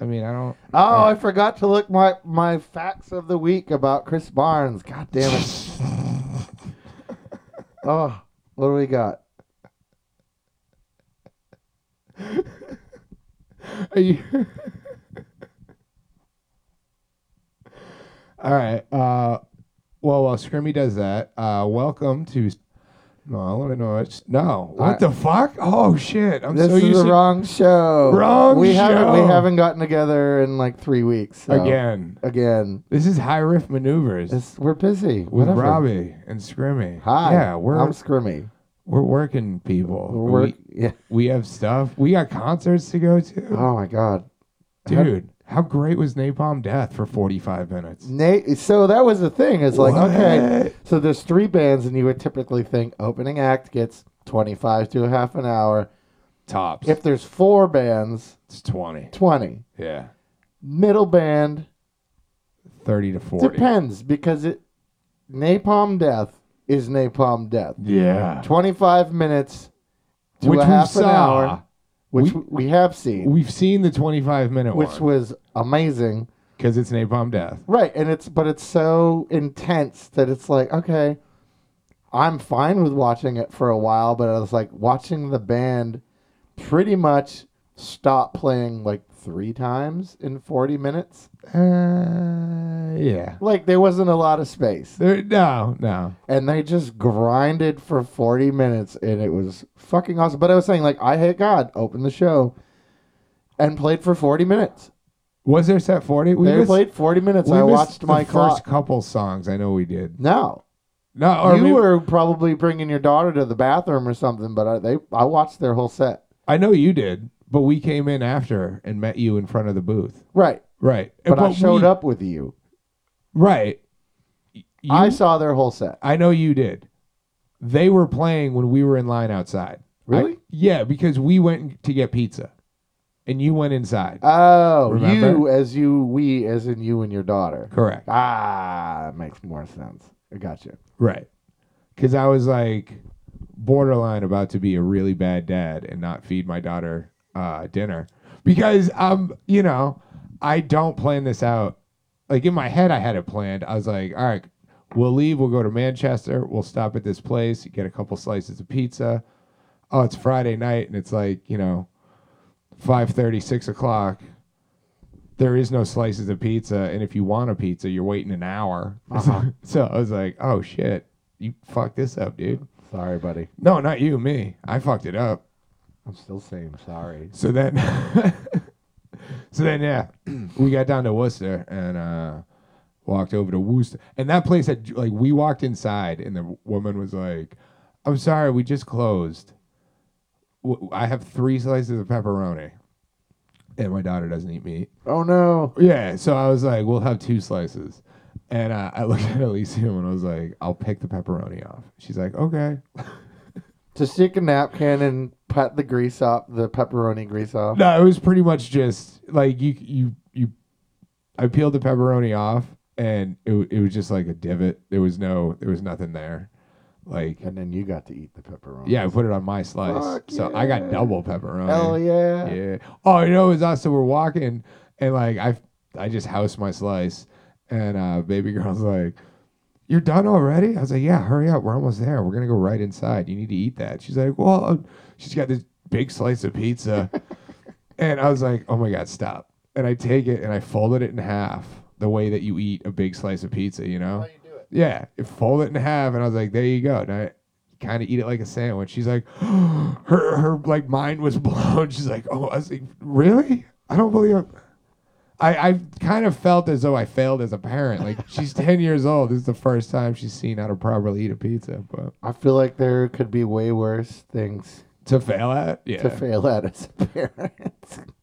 I mean, I don't. Oh, I forgot to look my my facts of the week about Chris Barnes. God damn it. oh, what do we got? Are you? All right. Uh, well, while Scrimmy does that, uh, welcome to. No, I want to know. It's no. What I- the fuck? Oh shit! I'm This so is used the to wrong show. Wrong we Haven't, we show. haven't gotten together in like three weeks. so- again. Again. This is high riff maneuvers It's, we're busy. with Whatever. Robbie and Scrimmy. Hi. Yeah, we're I'm Scrimmy. we're working people. We're work. Yeah. We, we have stuff. We got concerts to go to. Oh my God. Dude, how great was Napalm Death for 45 minutes? Nate. So that was the thing. It's like okay. What? So there's three bands, and you would typically think opening act gets 25 to a half an hour. Tops. If there's four bands, it's 20. 20. Yeah. Middle band 30 to 40. depends because it Napalm Death is Napalm Death. Yeah. 25 minutes to Which a we half an saw. hour, which we, have seen, We've seen the 25 minute which one. was amazing. Because it's Napalm Death. Right, and it's but it's so intense that it's like, okay, I'm fine with watching it for a while, but I was like watching the band pretty much stop playing like three times in 40 minutes. Uh, yeah. Like there wasn't a lot of space. There, no, no. And they just grinded for 40 minutes and it was fucking awesome. But I was saying like I hate God opened the show and played for 40 minutes. Was there set 40? We They missed- played 40 minutes. we I missed watched the my first clock. couple songs. I know we did. No. No, or you maybe- were probably bringing your daughter to the bathroom or something, but I, they I watched their whole set. I know you did, but we came in after and met you in front of the booth. Right, Right. but, I showed we- up with you. Right. Y- you- I saw their whole set. I know you did. They were playing when we were in line outside. Really? I- yeah, because we went to get pizza, and you went inside. Oh, Remember? you as you, we as in you and your daughter. Correct. Ah, that makes more sense. I got you. Right. Because I was like borderline about to be a really bad dad and not feed my daughter uh, dinner because um you know I don't plan this out. Like in my head, I had it planned. I was like, all right, we'll leave. We'll go to Manchester. We'll stop at this place, get a couple slices of pizza. Oh, it's Friday night, and it's like you know, five thirty, six o'clock. There is no slices of pizza, and if you want a pizza, you're waiting an hour. so I was like, oh shit, you fucked this up, dude. Sorry, buddy. No, not you, me. I fucked it up. I'm still saying sorry. So then, so then, yeah, we got down to Worcester and uh, walked over to Worcester. And that place had like we walked inside, and the woman was like, "I'm sorry, we just closed. W- I have three slices of pepperoni, and my daughter doesn't eat meat. Oh no. Yeah, so I was like, we'll have two slices. And uh, I looked at Elysium and I was like, I'll pick the pepperoni off. She's like, okay. To stick a napkin and pat the grease off, the pepperoni grease off. No, it was pretty much just like you you you. I peeled the pepperoni off, and it wa- it was just like a divot. There was no there was nothing there. Like And then you got to eat the pepperoni. yeah, I put it on my slice, Fuck so I got yeah. double pepperoni. Hell yeah. Yeah. Oh, you know, it was us. So we're walking, and like I, I just housed my slice, and uh, baby girl's like, "You're done already?" I was like, "Yeah, hurry up. We're almost there. We're gonna go right inside. You need to eat that." She's like, "Well," uh," she's got this big slice of pizza, and I was like, "Oh my god, stop!" And I take it and I folded it in half, the way that you eat a big slice of pizza, you know. How you do it? Yeah, it fold it in half, and I was like, "There you go." And I kind of eat it like a sandwich. She's like, her her like mind was blown. She's like, "Oh," I was like, "Really? I don't believe it." I I kind of felt as though I failed as a parent. Like she's ten years old. This is the first time she's seen how to properly eat a pizza, but I feel like there could be way worse things to fail at, yeah, to fail at as a parent.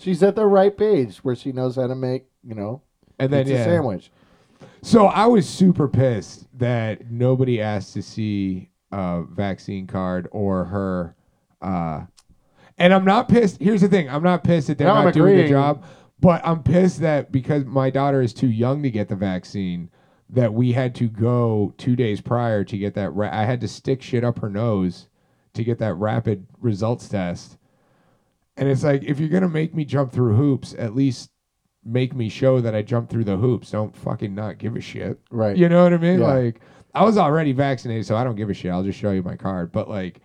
She's at the ripe age where she knows how to make, you know, and then pizza yeah. sandwich. So I was super pissed that nobody asked to see a vaccine card or her. Uh, and I'm not pissed. Here's the thing: I'm not pissed that they're No, I'm not doing the agreeing. job, but I'm pissed that because my daughter is too young to get the vaccine, that we had to go two days prior to get that. Ra- I had to stick shit up her nose to get that rapid results test. And it's like if you're gonna make me jump through hoops, at least make me show that I jumped through the hoops. Don't fucking not give a shit. Right. You know what I mean? Yeah. Like I was already vaccinated, so I don't give a shit. I'll just show you my card. But like,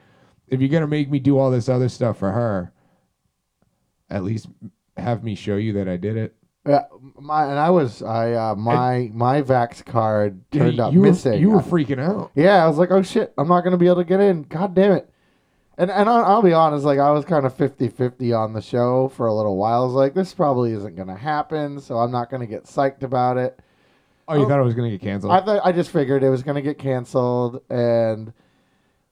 if you're gonna make me do all this other stuff for her, at least have me show you that I did it. Yeah, Uh, my and I was I uh, my my vax card turned Yeah, up you missing. Were, you were I- freaking out. yeah, I was like, oh shit, I'm not gonna be able to get in. God damn it. And and I'll, I'll be honest, like I was kind of 50-50 on the show for a little while. I was like, this probably isn't gonna happen, so I'm not gonna get psyched about it. Oh, you Oh. thought it was gonna get canceled? I thought I just figured it was gonna get canceled and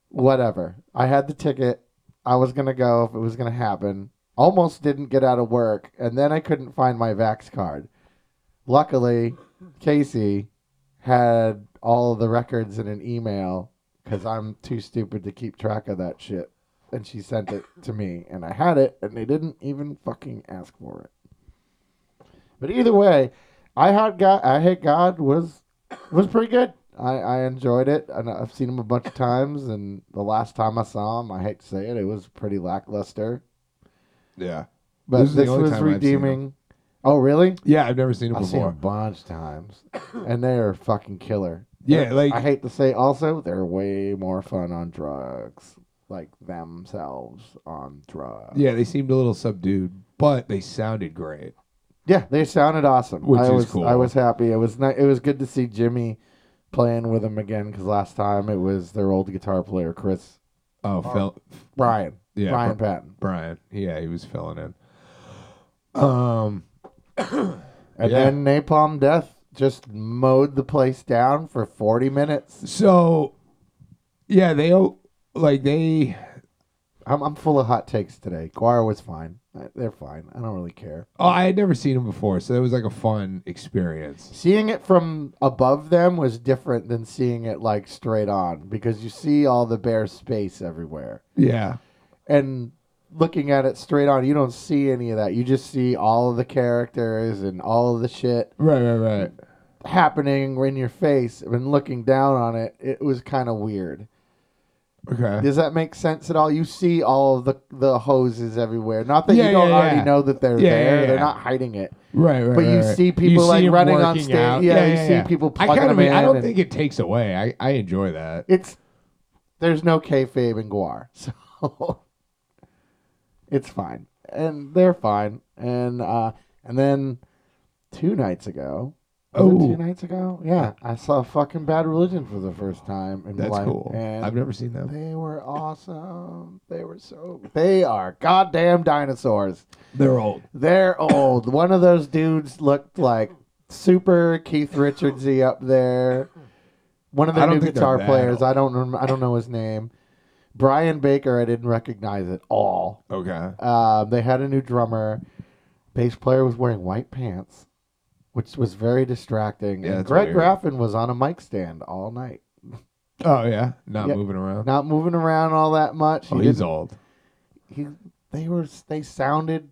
whatever. I had the ticket. I was gonna go if it was gonna happen. Almost didn't get out of work, and then I couldn't find my Vax card. Luckily, Casey had all the records in an email because I'm too stupid to keep track of that shit. And she sent it to me, and I had it, and they didn't even fucking ask for it. But either way, I had God. I hate God was was pretty good. I, I enjoyed it, and I've seen him a bunch of times. And the last time I saw him, I hate to say it, it was pretty lackluster. yeah. But This is this, the only was time I've seen him. redeeming. Oh, really? Yeah, I've never seen it I've seen him a before. bunch of times, and they are fucking killer. Yeah, like I hate to say, also they're way more fun on drugs, like themselves on drugs. yeah, they seemed a little subdued, but they sounded great. Yeah, they sounded awesome. Which I is was, cool. I was happy. It was ni- It was good to see Jimmy playing with them again because last time it was their old guitar player Chris Oh, Phil, Brian, yeah, Brian Br- Patton, Brian, yeah, he was filling in. Um, and Yeah. then Napalm Death just mowed the place down for forty minutes. so yeah, they o- like they I'm, I'm full of hot takes today. Guar was fine. I- They're fine. I don't really care. Oh, I had never seen him before, so it was like a fun experience. seeing it from above them was different than seeing it like straight on because you see all the bare space everywhere Yeah. and looking at it straight on you don't see any of that you just see all of the characters and all of the shit Right, right, right. happening in your face and looking down on it it was kind of weird Okay. does that make sense at all you see all of the the hoses everywhere not that Yeah, you don't yeah, already yeah. know that they're Yeah, there yeah, they're yeah. not hiding it Right, right. but you right. see people, like, him running on working stage. Yeah, you see people I plugging kind of 'em I in don't and- think it takes away. I, I enjoy that. it's there's no kayfabe in Guar, so it's fine, and they're fine, and uh, and then two nights ago, was it Oh. two nights ago, yeah, I saw fucking Bad Religion for the first time in my That's life, cool. and I've never seen them. they were awesome. They were so they are goddamn dinosaurs. They're old. They're old. One of those dudes looked like super Keith Richardsy up there. One of I the don't new think they're guitar that players. old. I don't. Rem- I don't know his name. Brian Baker. I didn't recognize at all. Okay. Um, they had a new drummer. Bass player was wearing white pants, which was very distracting. Yeah, and that's Greg weird. Graffin was on a mic stand all night, Oh yeah. Not Yeah. moving around. not moving around all that much. oh, He he's didn't- old. He, they were. They sounded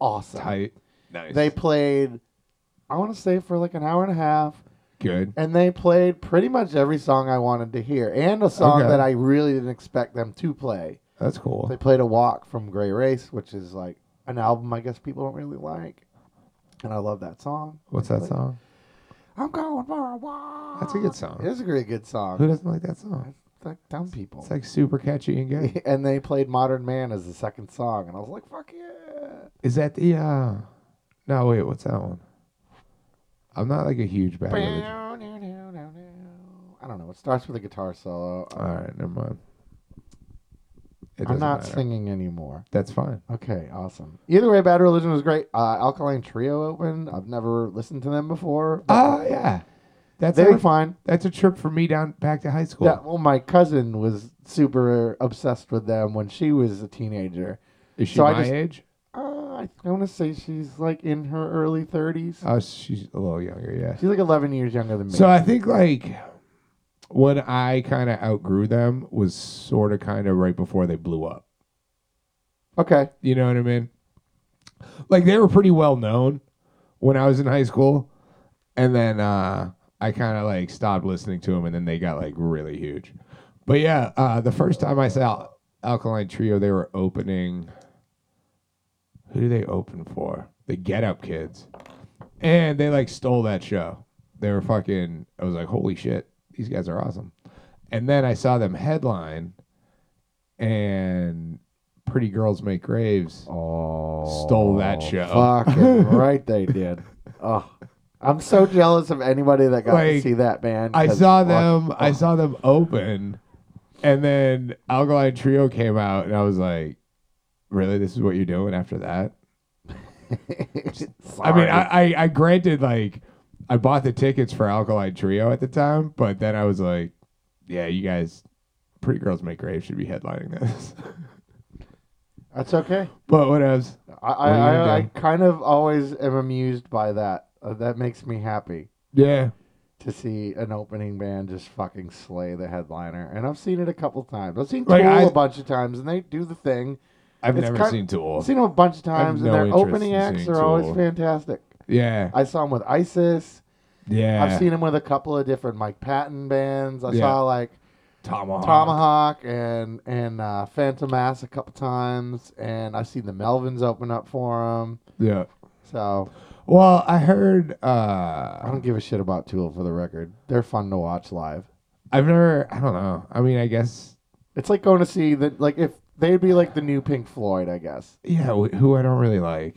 awesome. Tight. Nice. They played, I want to say, for like an hour and a half, good. and they played pretty much every song I wanted to hear, and a song Okay. that I really didn't expect them to play. That's cool. They played a walk from Gray Race, which is like an album I guess people don't really like, and I love that song. What's They that played, song? I'm going for a walk. That's a good song. It is a really good Who song. doesn't like that song? It's like dumb people. It's like super catchy and good. and they played Modern Man as the second song, and I was like, "Fuck yeah!" Is that the uh no wait, what's that one? I'm not like a huge bad religion. I don't know. It starts with a guitar solo. All right, never mind. It I'm doesn't not matter. singing anymore. That's fine. Okay, awesome. Either way, Bad Religion was great. Uh, Alkaline Trio opened. I've never listened to them before. but Oh yeah, that's they were like, fine. that's a trip for me down back to high school. Yeah, well, my cousin was super obsessed with them when she was a teenager. Is she So I my just- age? Uh, I want to say she's like in her early 30s. Oh, she's a little younger. Yeah. She's like 11 years younger than me. So I think like when I kind of outgrew them was sort of kind of right before they blew up. okay, You know what I mean? Like they were pretty well known when I was in high school, and then uh, I kind of like stopped listening to them, and then they got like really huge. But yeah, uh, the first time I saw Alkaline Trio, they were opening who do they open for? The Get Up Kids, and they like stole that show. They were fucking. I was like, holy shit, these guys are awesome. And then I saw them headline, and Pretty Girls Make Graves Oh, stole that show. Fucking right, they did. Oh, I'm so jealous of anybody that got to Like, see that band. I 'cause saw fuck- them. I saw them open, and then Alkaline Trio came out, and I was like, "Really? This is what you're doing after that?" I mean, Sorry. I, I, I granted like I bought the tickets for Alkaline Trio at the time, but then I was like, "Yeah, you guys, Pretty Girls Make Grave should be headlining this." that's okay. but what else? I, are you I, gonna I, I do? kind of always am amused by that. Uh, that makes me happy Yeah, to see an opening band just fucking slay the headliner. And I've seen it a couple times. I've seen Like, Tool I- a bunch of times, and they do the thing. I've It's never kind- seen Tool. I've seen them a bunch of times, no and their interest opening in acts seeing are always Tool. fantastic. yeah, I saw them with ISIS. yeah. I've seen them with a couple of different Mike Patton bands. I Yeah. saw like Tomahawk. Tomahawk and and uh, Phantom Mass a couple times, and I've seen the Melvins open up for them. Yeah. So Well, I heard. I uh don't give a shit about Tool for the record. They're fun to watch live. I've never. I don't know. I mean, I guess. It's like going to see the like if they'd be like the new Pink Floyd, I guess. Yeah, wh- who I don't really like.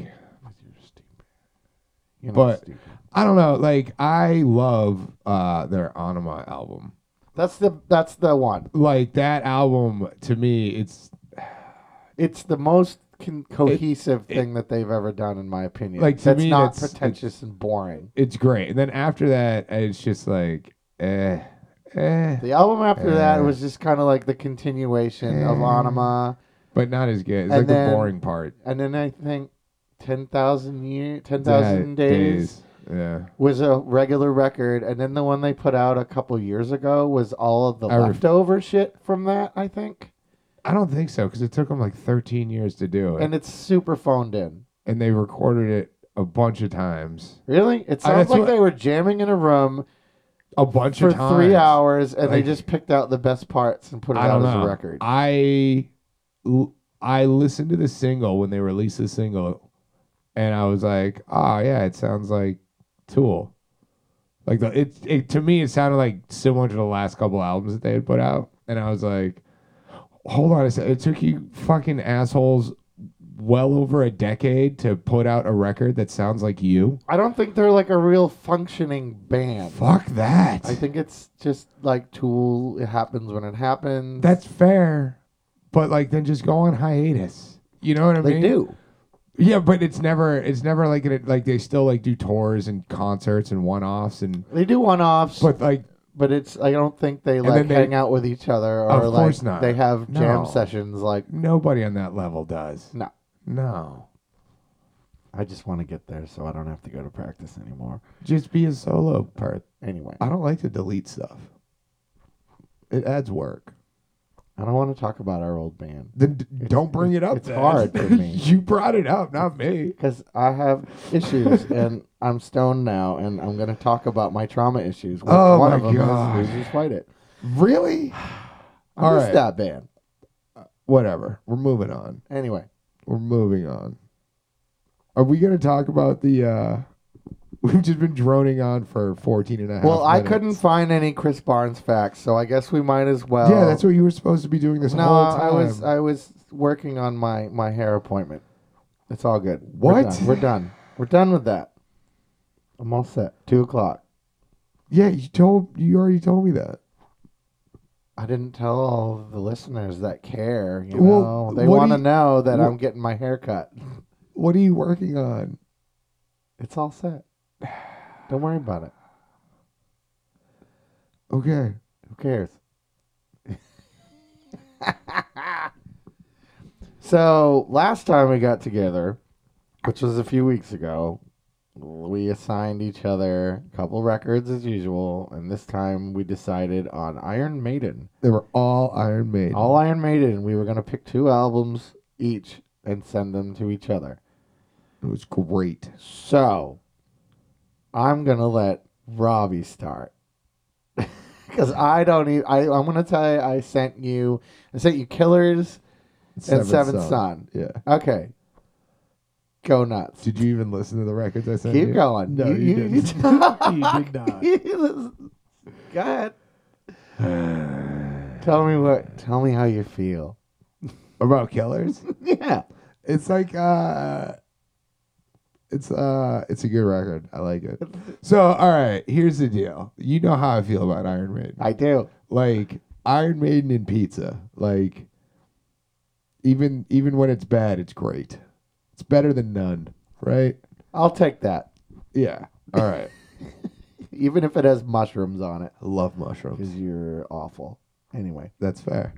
You know, But- stupid. I don't know. Like I love uh their Anima album. that's the that's the one. Like that album to me, it's It's the most con- cohesive thing that they've ever done, in my opinion. Like, to that's me, not that's- pretentious and boring. it's great. And then after that, it's just like eh, eh, The album after that Uh, was just kind of like the continuation of uh, Anima, but not as good. It's And like then- the boring part. and then I think ten thousand year, ten thousand Yeah, days Yeah, was a regular record, and then the one they put out a couple years ago was all of the I ref- leftover shit from that. I think, I don't think so because it took them like 13 years to do it, and and, it's super phoned in. they recorded it a bunch of times, Really, it Uh, sounds that's like what- they were jamming in a room a bunch for of times three hours, and they Like- just picked out the best parts and put it I out don't as know. a record. I l- I listened to the single when they released the single, and I was like, "Oh yeah, it sounds like Tool." Like the it, it to me, it sounded like similar to the last couple albums that they had put out, and I was like, "Hold on a second! It took you fucking assholes." Well over a decade to put out a record that sounds like you. I don't think they're like a real functioning band. Fuck that. I think it's just like Tool. It happens when it happens. That's fair, but like then just go on hiatus. You know what I they mean? do. Yeah, but it's never it's never like it like they still like do tours and concerts and one offs and They do one offs, but, but like it's I don't think they then like they- hang out with each other or Of like course not. they have No. jam sessions. Like nobody on that level does. No. No. I just want to get there so I don't have to go to practice anymore. Just be a solo part. Anyway, I don't like to delete stuff. It adds work. I don't want to talk about our old band Then d- don't bring it up. it's then. hard for me. you brought it up, not me. because I have issues and I'm stoned now, and I'm going to talk about my trauma issues. One Oh one my of them God. is losers fight it. Really? I All miss right. that band. Whatever. We're moving on. Anyway, We're moving on. Are we going to talk about the uh we've just been droning on for 14 and a half well, I minutes. couldn't find any Chris Barnes facts, so I guess we might as well. yeah, that's what you were supposed to be doing this no, whole time. I was I was working on my my hair appointment. It's all good. We're What? done. We're done. We're done with that. I'm all set. Two o'clock. yeah, you told you already told me that. I didn't tell all the listeners that care. You Well, know, they what do want to you- know that wha- I'm getting my hair cut. What are you working on? It's all set. Don't worry about it. Okay. Who cares? so last time we got together, which was a few weeks ago, we assigned each other a couple records as usual, and this time we decided on Iron Maiden. They were all Iron Maiden. All Iron Maiden. We were gonna pick two albums each and send them to each other. it was great. So I'm gonna let Robbie start because I don't even. I, I'm gonna tell you. I sent you. I sent you Killers and Seventh Son. Yeah. Okay. go nuts. Did you even listen to the records I sent Keep you? going. No, you didn't. You did not. listen- go ahead. Tell me what. Tell me how you feel. About killers? Yeah. It's like uh it's uh it's a good record. I like it. So all right, here's the deal. You know how I feel about Iron Maiden. I do. Like Iron Maiden and pizza. Like even even when it's bad, it's great. It's better than none, right? I'll take that. Yeah. All right. Even if it has mushrooms on it. I love mushrooms. Because you're awful. Anyway. That's fair.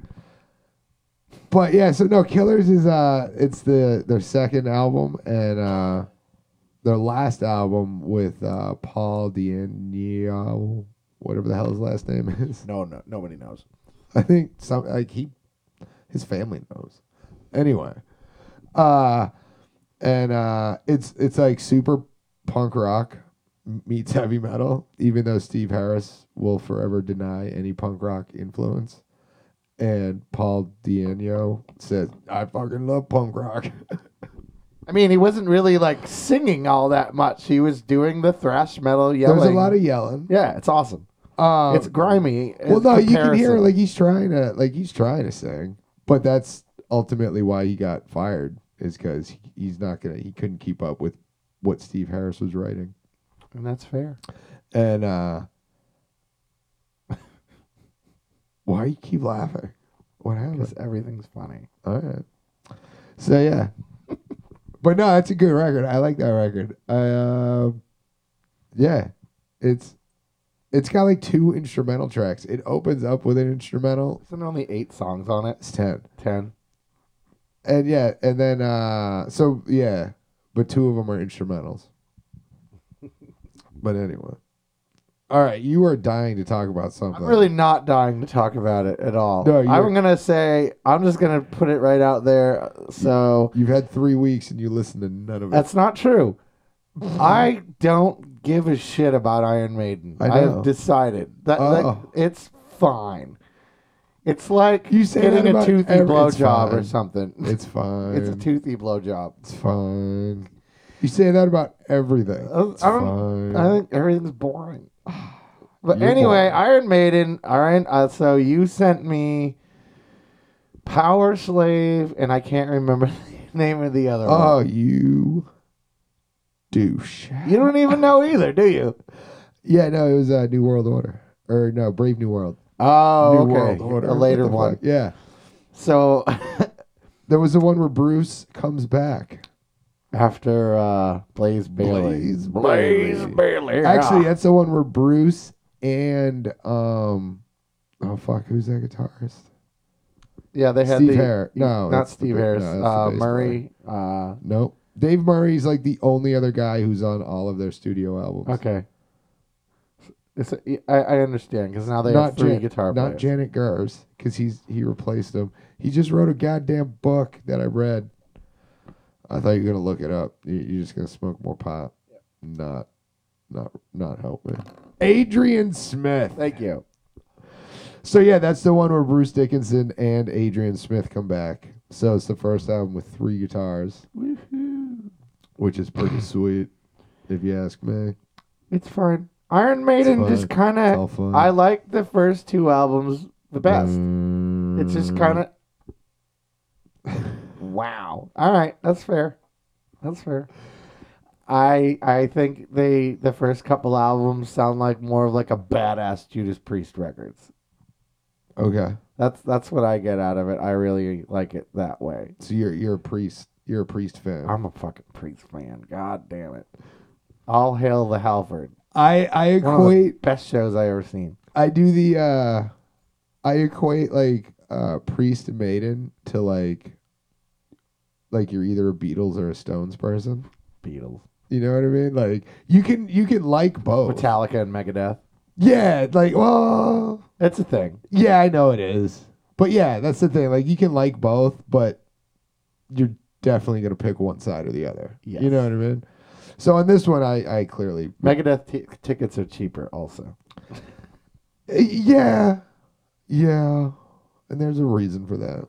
But yeah, so no, Killers is uh it's the their second album and uh their last album with uh Paul Dianio, whatever the hell his last name is. No, no, nobody knows. I think some like he his family knows. Anyway. Uh and uh it's it's like super punk rock meets heavy metal, even though Steve Harris will forever deny any punk rock influence. And Paul Dianio says, I fucking love punk rock. I mean, he wasn't really like singing all that much. He was doing the thrash metal yelling. There's a lot of yelling. Yeah, it's awesome. Um, it's grimy. well, in no, you can hear comparison. like he's trying to like he's trying to sing, but that's ultimately why he got fired is because he, he's not gonna he couldn't keep up with what Steve Harris was writing. And that's fair. And uh why you keep laughing? What happened? Because everything's funny. All right. So yeah. but no, that's a good record. I like that record. I uh, yeah. It's it's got like two instrumental tracks. It opens up with an instrumental. Isn't there only eight songs on it? It's ten. Ten. And yeah, and then uh so yeah, but two of them are instrumentals. but anyway. All right, you are dying to talk about something. I'm really not dying to talk about it at all. No, you're- I'm gonna say I'm just gonna put it right out there. So You've had three weeks and you listen to none of it. That's not true. I don't give a shit about Iron Maiden. I I know. have decided that, that- Oh. it's fine. It's like You say that getting a about toothy every- it's blowjob or fine. something. it's fine. It's a toothy blowjob. It's fine. You say that about everything. Uh, It's I don't- fine. I think everything's boring. But You're anyway, boring. Iron Maiden. Iron. Uh, so you sent me Power Slave, and I can't remember the name of the other oh, you douche. one. You don't even know either, do you? Yeah, no, it was uh, New World Order. Or no, Brave New World. Oh, New okay. World Order. A What later the fuck? one. Yeah. So There was the one where Bruce comes back. after uh, Blaze Bailey, Blaze Bailey. Bailey. Actually, ah. that's the one where Bruce and um oh fuck, who's that guitarist? yeah, they had Steve the Harris. No, not that's the Steve ba- Harris, no, that's the uh, bass Murray. Uh, Nope. Dave Murray's like the only other guy who's on all of their studio albums. uh, okay, it's I, I understand because now they have Not three Jan- guitar Not players. Janet Gers, because he's he replaced him. He just wrote a goddamn book that I read. I thought you were gonna look it up. You- You're just gonna smoke more pot. Not, not, not help me. Adrian Smith. Thank you. So yeah, that's the one where Bruce Dickinson and Adrian Smith come back. So it's the first album with three guitars, which is pretty sweet, if you ask me. It's fine. Iron Maiden fine. just kind It's of. all fun. I like the first two albums the best. Mm. It's just kind of. wow. All right, that's fair. That's fair. I I think they the first couple albums sound like more of like a badass Judas Priest records. okay. That's that's what I get out of it. I really like it that way. So you're you're a priest. You're a priest fan. I'm a fucking Priest fan. God damn it. All hail the Halford. I I One of the equate best shows I ever seen. I do the uh I equate like uh priest and maiden to like like you're either a Beatles or a Stones person. Beatles, You know what I mean? Like you can you can like both. Metallica, and Megadeth. Yeah, like well It's a thing. yeah, I know it is. But yeah, that's the thing. Like you can like both, but you're definitely gonna pick one side or the other. You Yes. know what I mean? So on this one I I clearly Megadeth t- tickets are cheaper also. Uh, Yeah. Yeah. And there's a reason for that.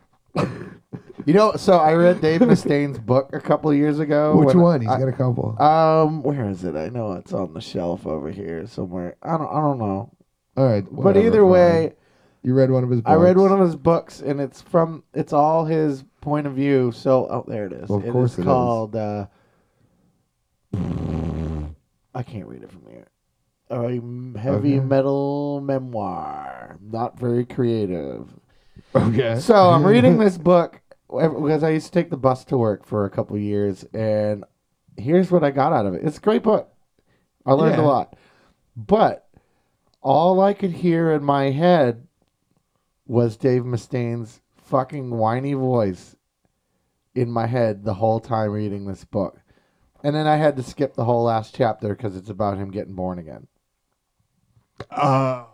You know, so I read Dave Mustaine's book a couple of years ago. Which when one? He's Oh, I- got a couple. um, where is it? I know it's on the shelf over here somewhere. I don't. I don't know. All right. but whatever, either fine. way, you read one of his. Books. I read one of his books, and it's from it's all his point of view. So, oh, there it is. Well, of It course is it is. called. Uh, I can't read it from here. A m- heavy Okay. metal memoir, not very creative. Okay. So I'm reading this book ev- because I used to take the bus to work for a couple years, and here's what I got out of it. It's a great book. I learned Yeah. a lot, but all I could hear in my head was Dave Mustaine's fucking whiny voice in my head the whole time reading this book. And then I had to skip the whole last chapter because it's about him getting born again. Uh,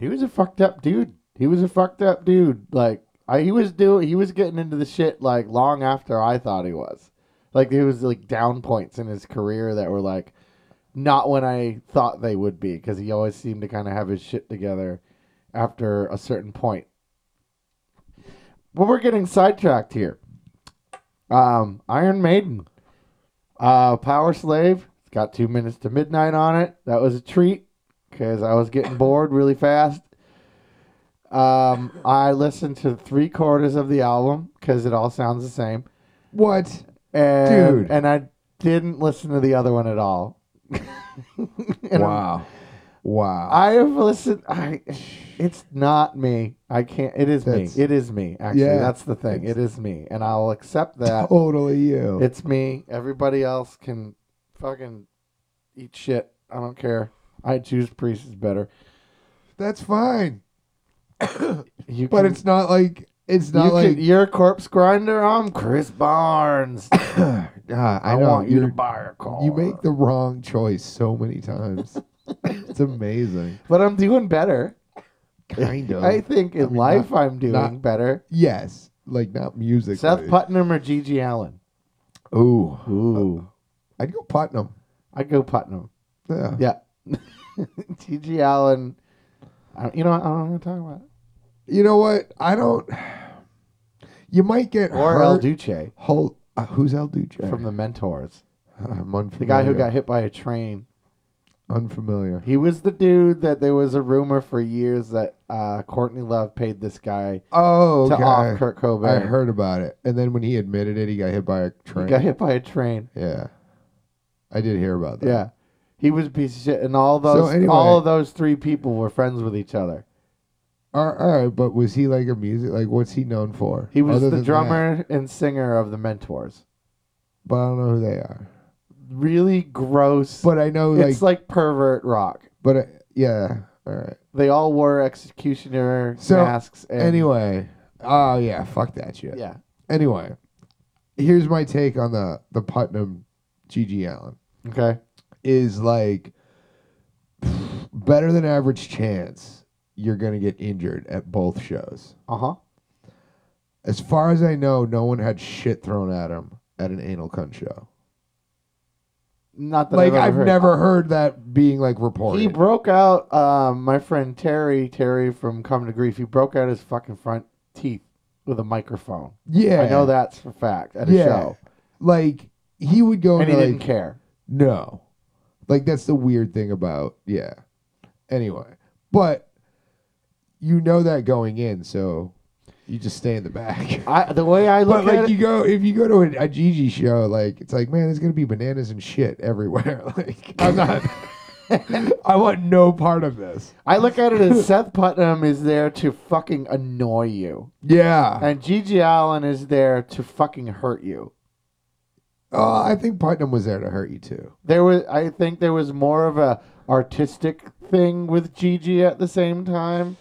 He was a fucked up dude. He was a fucked up dude. Like I, he was doing, he was getting into the shit like long after I thought he was. Like there was like down points in his career that were like not when I thought they would be because he always seemed to kind of have his shit together after a certain point. But we're getting sidetracked here. Um, Iron Maiden, uh, Power Slave. It's got two minutes to midnight on it. That was a treat because I was getting bored really fast. Um, I listened to three quarters of the album because it all sounds the same. what? And, Dude. and I didn't listen to the other one at all. And I'm- wow. Wow. I have listened. I, it's not me. I can't. It is That's- me. It is me. Actually, Yeah. that's the thing. It is me, and I'll accept that. totally you. It's me. Everybody else can fucking eat shit. I don't care. I choose Priest is better. That's fine. You But can- it's not like it's not you like could, e- you're a corpse grinder. I'm Chris Barnes. I, Ah, I, know want you to you're- buy a car. you make the wrong choice so many times. it's amazing. but I'm doing better. Kind of. I think in I mean, life I'm doing not- better. yes. Like not music. Seth Putnam or Gigi Allen? Ooh. Ooh, I'd go Putnam. I go Putnam. Yeah. Yeah, Gigi Allen. I, you know what? I don't want to talk about it. You know what? I don't. You might get Or hurt. El Duce Hol- uh, who's El Duce? from the Mentors, I'm the unfamiliar. guy who got hit by a train. unfamiliar. He was the dude that there was a rumor for years that uh, Courtney Love paid this guy Oh, to off okay. Kurt Cobain. I heard about it, and then when he admitted it, he got hit by a train. He got hit by a train. Yeah, I did hear about that. Yeah. He was a piece of shit, and all those So anyway- all of those three people were friends with each other. All- all right, but was he like a music? Like, what's he known for? He was Other the than that, drummer and singer of the Mentors. but I don't know who they are. Really gross. But I know, like, it's like pervert rock. but uh, yeah, all right. They all wore executioner So, masks. And, anyway, oh yeah, fuck that shit. yeah, Anyway, here's my take on the the Putnam, Gigi Allen. okay. is like better than average chance you're going to get injured at both shows. Uh huh. As far as I know, no one had shit thrown at him at an anal cunt show. Not that like I've, ever I've heard. never heard that being like reported. He broke out. Um, my friend Terry, Terry from Come to Grief. He broke out his fucking front teeth with a microphone. yeah, I know that's for fact at a Yeah. show, Like he would go and into he like didn't care. no, like that's the weird thing about yeah. Anyway, but you know that going in, so you just stay in the back. I the way I But look at like it, you go if you go to a, a Gigi show, like it's like man, there's gonna be bananas and shit everywhere. Like I'm not, I want no part of this. I look at it as Seth Putnam is there to fucking annoy you, Yeah, and Gigi Allen is there to fucking hurt you. oh, I think Putnam was there to hurt you too. There was, I think, there was more of a artistic thing with Gigi at the same time,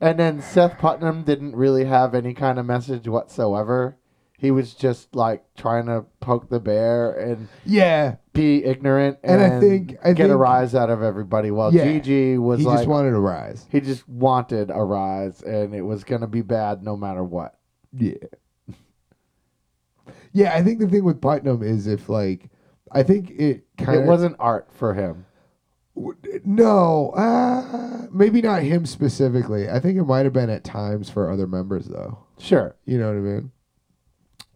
and then Seth Putnam didn't really have any kind of message whatsoever. He was just like trying to poke the bear and Yeah, be ignorant and, And I think- I get a think- rise out of everybody. While Yeah. Gigi was he like, just wanted to rise. He just wanted a rise, and it was going to be bad no matter what. Yeah, yeah. I think the thing with Putnam is if like I think it kind It of wasn't art for him. w- no, uh, maybe not him specifically. I think it might have been at times for other members though. Sure. You know what I mean?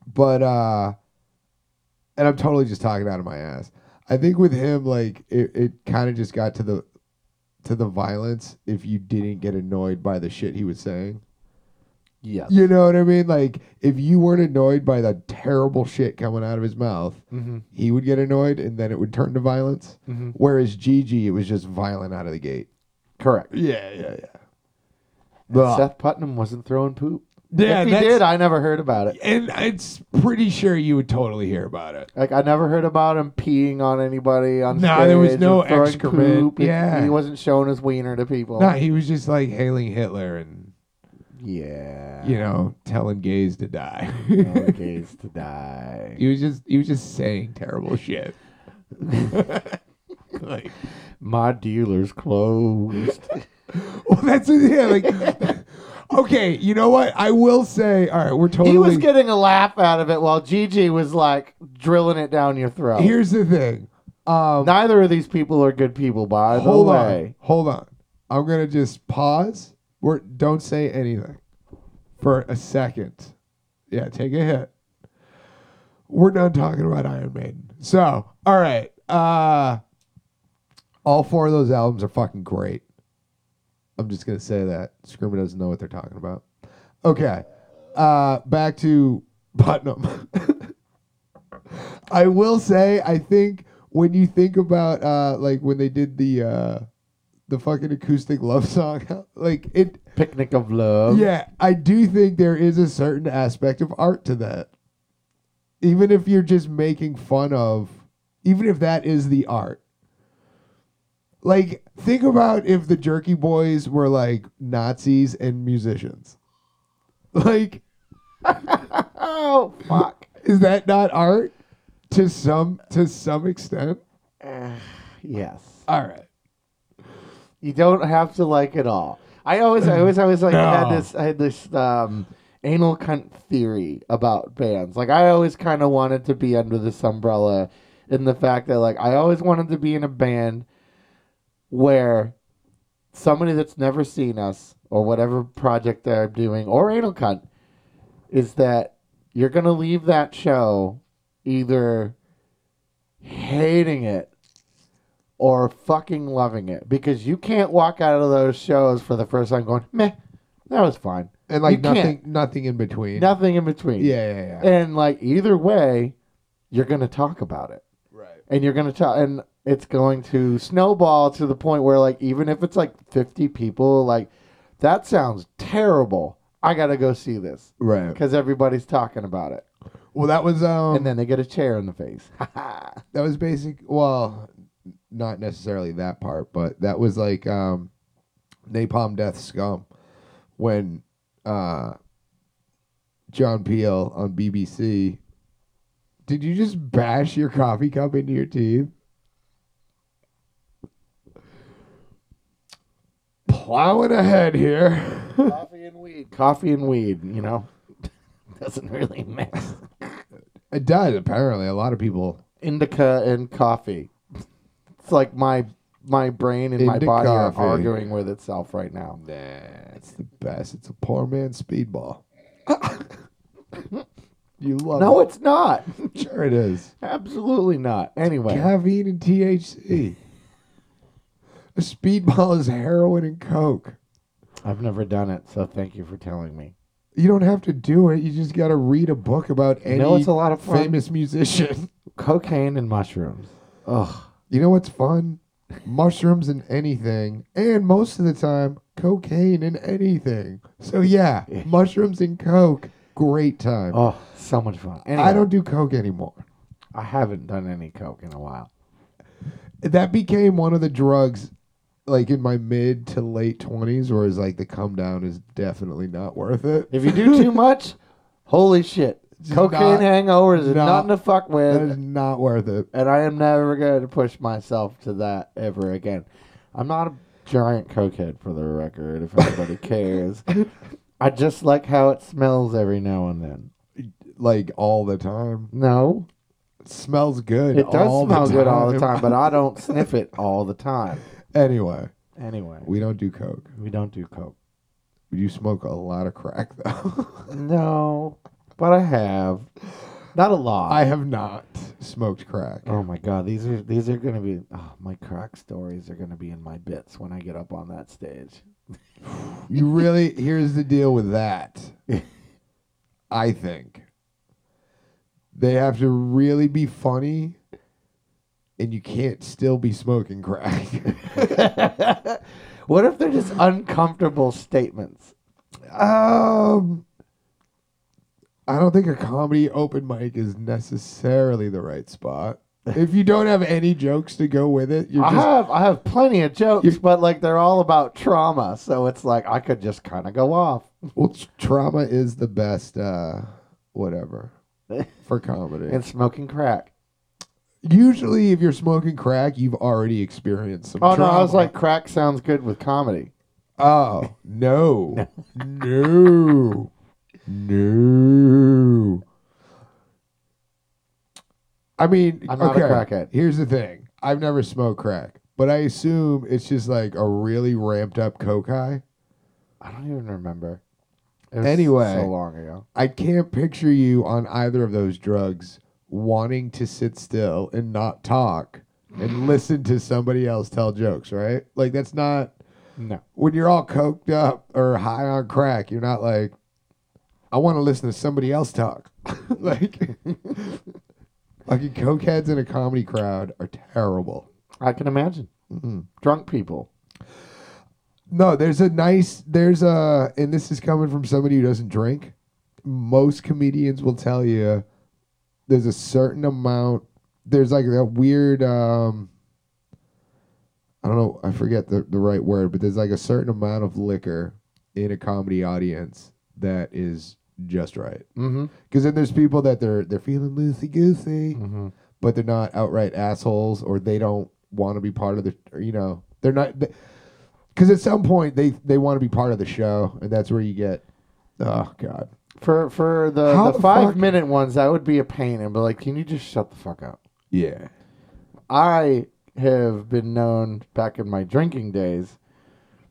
But uh and I'm totally just talking out of my ass. I think with him, like it, it kind of just got to the to the violence if you didn't get annoyed by the shit he was saying. Yes. You know what I mean? Like if you weren't annoyed by the terrible shit coming out of his mouth, Mm-hmm. he would get annoyed and then it would turn to violence. Mm-hmm. Whereas Gigi, it was just violent out of the gate. Correct. Yeah, yeah, yeah. And Ugh. Seth Putnam wasn't throwing poop. Yeah, if he that's- did, I never heard about it. And it's pretty sure you would totally hear about it. Like I never heard about him peeing on anybody on No, stage. there was and no throwing excrement. poop. It- Yeah. he wasn't showing his wiener to people. No, he was just like hailing Hitler and Yeah, you know telling gays to die. No gays to die. he was just he was just saying terrible shit. like, My dealer's closed. well, that's yeah. Like, okay, you know what? I will say. All right, we're totally. he was getting a laugh out of it while Gigi was like drilling it down your throat. Here's the thing. Um, Neither of these people are good people, by hold the on, way. hold on. I'm gonna just pause. We're don't say anything for a second. Yeah, take a hit. We're done talking about Iron Maiden. So, all right. Uh, all four of those albums are fucking great. I'm just gonna say that. Screamer doesn't know what they're talking about. Okay. Uh, back to Putnam. I will say, I think when you think about uh, like when they did the uh, the fucking acoustic love song, like it, Picnic of Love. yeah, I do think there is a certain aspect of art to that. Even if you're just making fun of, even if that is the art. Like, think about if the Jerky Boys were like Nazis and musicians. Like, Oh fuck. is that not art to some to some extent? Eh, yes. All right. You don't have to like it all. I always, I always, I always like had No. this, I had this um, anal cunt theory about bands. Like I always kind of wanted to be under this umbrella, in the fact that like I always wanted to be in a band where somebody that's never seen us or whatever project they're doing or anal cunt is that you're gonna leave that show either hating it or fucking loving it because you can't walk out of those shows for the first time going, meh, that was fine. And like You can't. nothing nothing in between. Nothing in between. Yeah, yeah, yeah. And like either way, you're going to talk about it. Right. And you're going to talk, and it's going to snowball to the point where like even if it's like 50 people, like that sounds terrible. I got to go see this Right. because everybody's talking about it. Well, that was um and then they get a chair in the face. that was basic well n- not necessarily that part but that was like um napalm death scum when uh john peel on bbc did you just bash your coffee cup into your teeth plowing ahead here Coffee and weed. Coffee and weed, you know? Doesn't really mix. it does apparently a lot of people indica and coffee. It's like my my brain and my Indica body are coffee. arguing with itself right now. nah it's the best it's a poor man's speedball you love No, it it's not. sure it is Absolutely not. Anyway, Caffeine and THC. A speedball is heroin and coke. I've never done it, so thank you for telling me. You don't have to do it. You just got to read a book about any You know, it's a lot of fun. famous musician. Cocaine and mushrooms. Ugh. You know what's fun? Mushrooms and anything, and most of the time, cocaine and anything. So yeah, mushrooms and coke, great time. Oh, so much fun. Anyway, I don't do coke anymore. I haven't done any coke in a while. that became one of the drugs like in my mid to late 20s where it's like the come down is definitely not worth it If you do too much, holy shit. Just Cocaine not- hangovers is not- nothing to fuck that with. is not worth it and I am never going to push myself to that ever again. I'm not a giant cokehead for the record, if anybody cares. I just like how it smells every now and then. like all the time No, smells good. It does all the smell good all the time. time, but I don't sniff it all the time. Anyway, Anyway, we, we don't do coke. don't do coke. You smoke a lot of crack though. No, but I have. Not a lot. I have not smoked crack. Oh my god, these are these are gonna be oh, my crack stories are gonna be in my bits when I get up on that stage. You really here's the deal with that. I think they have to really be funny, and you can't still be smoking crack. What if they're just uncomfortable statements? um, I don't think a comedy open mic is necessarily the right spot. If you don't have any jokes to go with it, you're I just have I have plenty of jokes, You're- but like they're all about trauma, so it's like I could just kind of go off. well. tr- Trauma is the best, uh, whatever, for comedy. And smoking crack. Usually, if you're smoking crack, you've already experienced some. Oh no, I was trauma. like crack sounds good with comedy. oh no, no, no. I mean, I'm not a okay, crackhead. Here's the thing: I've never smoked crack, but I assume it's just like a really ramped up coke high. I don't even remember. It was Anyway. so long ago. I can't picture you on either of those drugs wanting to sit still and not talk and listen to somebody else tell jokes, right? Like that's not No. when you're all coked up or high on crack, you're not like, I want to listen to somebody else talk. like, fucking cokeheads in a comedy crowd are terrible. I can imagine. Mhm. Drunk people. No, there's a nice, there's a, and this is coming from somebody who doesn't drink. Most comedians will tell you there's a certain amount, there's like that weird, um, I don't know, I forget the, the right word, but there's like a certain amount of liquor in a comedy audience that is just right. Mm-hmm. Because then there's people that they're they're feeling loosey goosey, Mm-hmm. but they're not outright assholes, or they don't want to be part of the, or, you know, they're not. Because at some point they they want to be part of the show, and that's where you get, oh god, For for the, How the, the five fuck- minute ones, that would be a pain. And be like, can you just shut the fuck up? yeah, I have been known back in my drinking days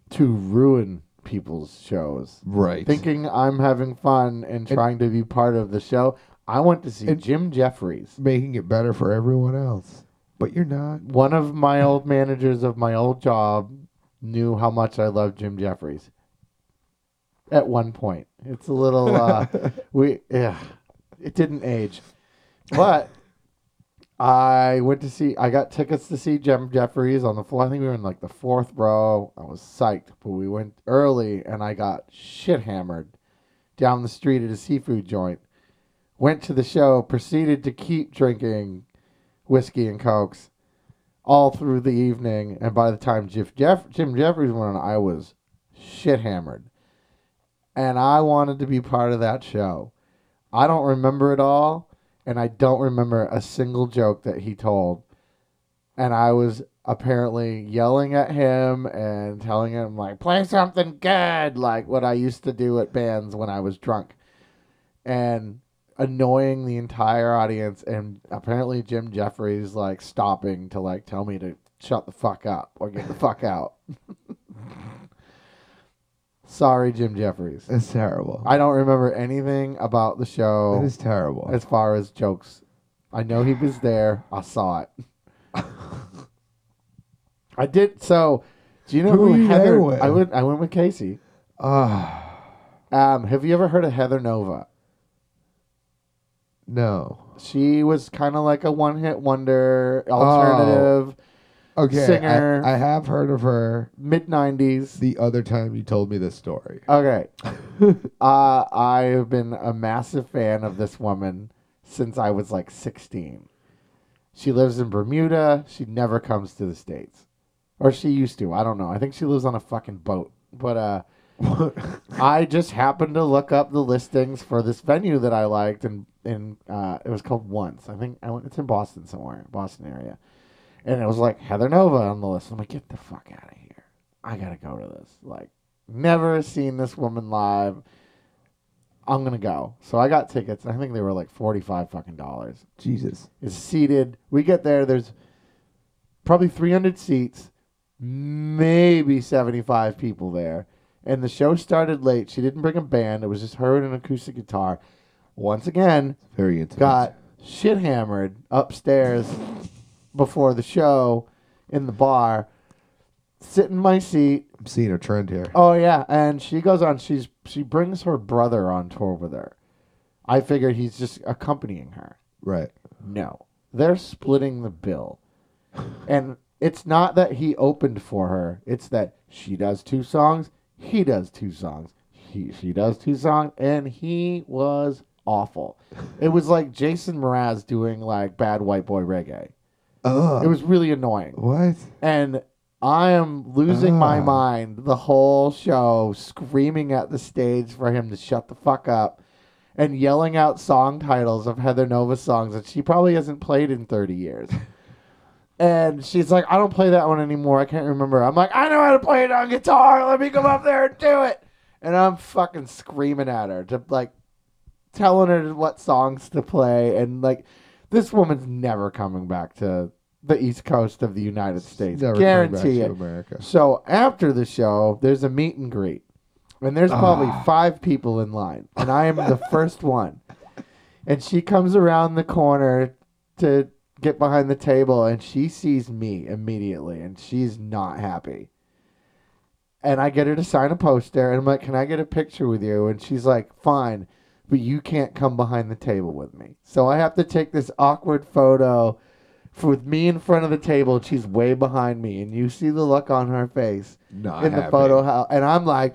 to ruin people's shows, right. thinking I'm having fun and trying to be part of the show. I went to see And- Jim Jeffries, Making it better for everyone else, but you're not. one of my old managers of my old job. Knew how much I loved Jim Jeffries. At one point, it's a little uh, we yeah, it didn't age, but I went to see. I got tickets to see Jim Jeffries on the floor. I think we were in like the fourth row. I was psyched, but we went early, and I got shit hammered down the street at a seafood joint. Went to the show, proceeded to keep drinking whiskey and cokes all through the evening, and by the time Jeff, Jeff Jim Jeffries went on, I was shit hammered, and I wanted to be part of that show. I don't remember it all and I don't remember a single joke that he told. And I was apparently yelling at him and telling him like, "Play something good," like what I used to do at bands when I was drunk, and annoying the entire audience. And apparently Jim Jeffries like stopping to like tell me to shut the fuck up or get the fuck out. Sorry, Jim Jeffries. That's terrible. I don't remember anything about the show that is terrible. as far as jokes. I know he was there. I saw it. I did. So, do you know Who who, were you Heather? there with? I went. I went with Casey. Ah, Um, have you ever heard of Heather Nova? no. She was kind of like a one-hit wonder, Oh. alternative, Okay, I- Singer. I have heard of her. mid '90s. the other time you told me this story. Okay. uh, I have been a massive fan of this woman since I was like 16. She lives in Bermuda. She never comes to the States. Or she used to. I don't know. I think she lives on a fucking boat. But uh, I just happened to look up the listings for this venue that I liked, and and uh, it was called Once. I think I went, it's in Boston somewhere, Boston area, and it was like Heather Nova on the list. I'm like, get the fuck out of here! I gotta go to this. Like, never seen this woman live. I'm gonna go. So I got tickets. I think they were like forty five fucking dollars. Jesus. It's seated. We get there. There's probably three hundred seats, maybe seventy five people there. And the show started late. She didn't bring a band. It was just her and an acoustic guitar. Once again, Very intense. got shit hammered upstairs before the show in the bar. Sit in my seat. I'm seeing a trend here. Oh yeah, and she goes on. She's she brings her brother on tour with her. I figured he's just accompanying her. Right. No, they're splitting the bill, and it's not that he opened for her. It's that she does two songs, he does two songs, he she does two songs, and he was awful. It was like Jason Mraz doing like bad white boy reggae. Oh. It was really annoying what? and I am losing my Ah. mind the whole show, screaming at the stage for him to shut the fuck up and yelling out song titles of Heather Nova songs that she probably hasn't played in 30 years. And she's like, I don't play that one anymore. I can't remember. I'm like, I know how to play it on guitar. Let me come up there and do it. And I'm fucking screaming at her to like telling her what songs to play. And like, this woman's never coming back to the East Coast of the United States. Never coming back Guarantee to it. America. So after the show, there's a meet and greet, and there's probably Ah. five people in line, and I am the first one. And she comes around the corner to get behind the table, and she sees me immediately, and she's not happy. And I get her to sign a poster, and I'm like, "Can I get a picture with you?" And she's like, "Fine." But you can't come behind the table with me. So I have to take this awkward photo f- with me in front of the table and she's way behind me and you see the look on her face Not in the happy. photo how and I'm like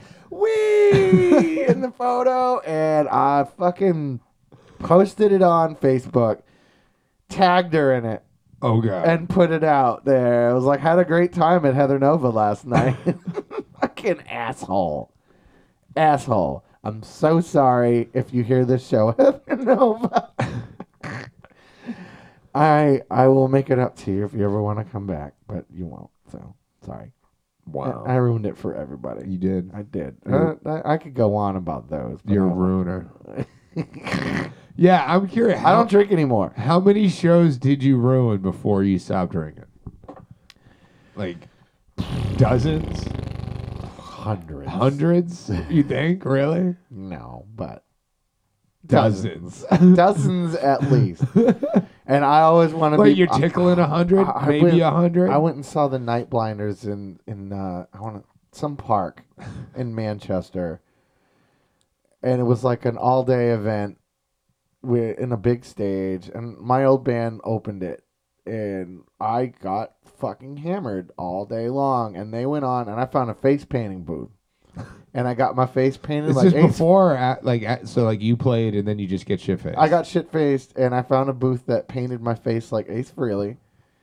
wee in the photo and I fucking posted it on Facebook tagged her in it Oh god. and put it out there. I was like had a great time at Heather Nova last night. fucking asshole. Asshole. I'm so sorry if you hear this show Heather Nova. I I will make it up to you if you ever want to come back, but you won't. So sorry. I- wow. I, ruined it for everybody. you did. I did. You're- Uh, I, I could go on about those. but You're I a won't. ruiner. yeah, I'm curious. I How, don't drink anymore. how many shows did you ruin before you stopped drinking? Like dozens, Hundreds. hundreds? you think really? No, but Dozens. dozens at least. And I always want to like be. you're tickling a hundred, I- I maybe went- a hundred. I went and saw the Night Blinders in in uh, I want to some park in Manchester, and it was like an all day event. We're in a big stage, and my old band opened it, and I got fucking hammered all day long. And they went on, and I found a face painting booth, and I got my face painted This like is eight before, or at, like, at, so like you played and then you just get shit faced. I got shit faced, and I found a booth that painted my face like Ace Frehley,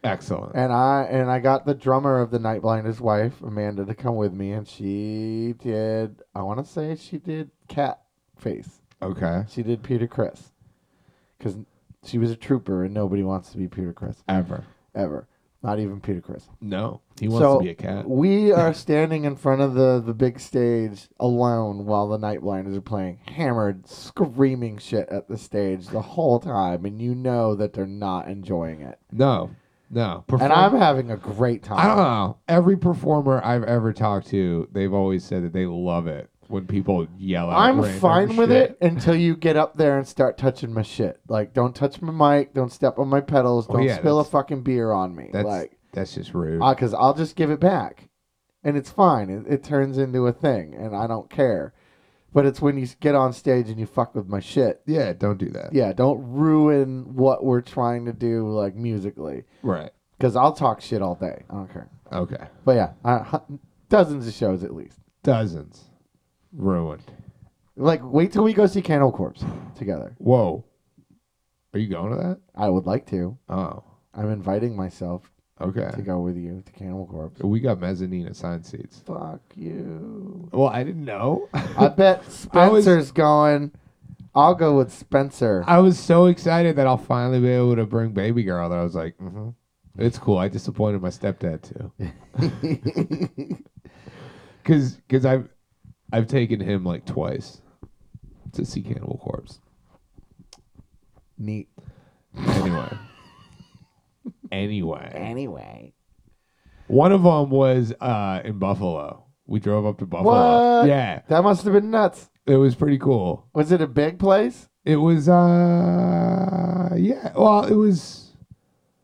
excellent. and I and I got the drummer of the Night Blinders' wife, Amanda, to come with me, and she did. I want to say she did cat face. Okay, She did Peter Chris, because she was a trooper, and nobody wants to be Peter Chris ever. ever, not even Peter Chris. No, he wants So- to be a cat. We are standing in front of the, the big stage alone while the Night Blinders are playing, hammered, screaming shit at the stage the whole time, and you know that they're not enjoying it. No, no. And Perform- I'm having a great I don't time. know. Every performer I've ever talked to, they've always said that they love it when people yell out. I'm random fine with shit. it until you get up there and start touching my shit. Like, don't touch my mic, don't step on my pedals, Oh, don't yeah, spill a that's- fucking beer on me. That's like, that's just rude. because I'll just give it back, and it's fine. It, it turns into a thing, and I don't care. But it's when you s- get on stage and you fuck with my shit. yeah, don't do that. Yeah, don't ruin what we're trying to do, like musically, Right. because I'll talk shit all day. I don't care. Okay. But yeah, I, h- dozens of shows at least. Dozens ruined. Like, wait till we go see Cannibal Corpse together. Whoa. Are you going to that? I would like to. Oh. I'm inviting myself Okay. to go with you to Cannibal Corpse. We got mezzanine assigned seats. Fuck you. Well, I didn't know. I bet I was- Spencer's going. I'll go with Spencer. I was so excited that I'll finally be able to bring baby girl that I was like, mm-hmm. it's cool. I disappointed my stepdad too. Cause, cause I've, I've taken him like twice to see Cannibal Corpse. Neat. Anyway. anyway. Anyway. One of them was uh, in Buffalo. We drove up to Buffalo. What? Yeah. That must have been nuts. It was pretty cool. Was it a big place? It was uh yeah, well, it was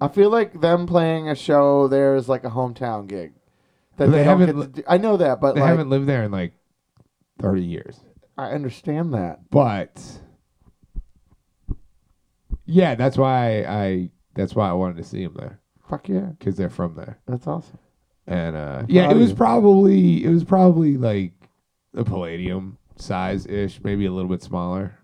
I feel like them playing a show there is like a hometown gig. That They they, haven't. haven't I know that, but they like, haven't lived there in like 30 years. I understand that. But yeah, that's why I that's why I wanted to see them there Fuck yeah, cuz they're from there. that's awesome. And uh yeah, proud it of was you. probably it was probably like a palladium size ish, maybe a little bit smaller.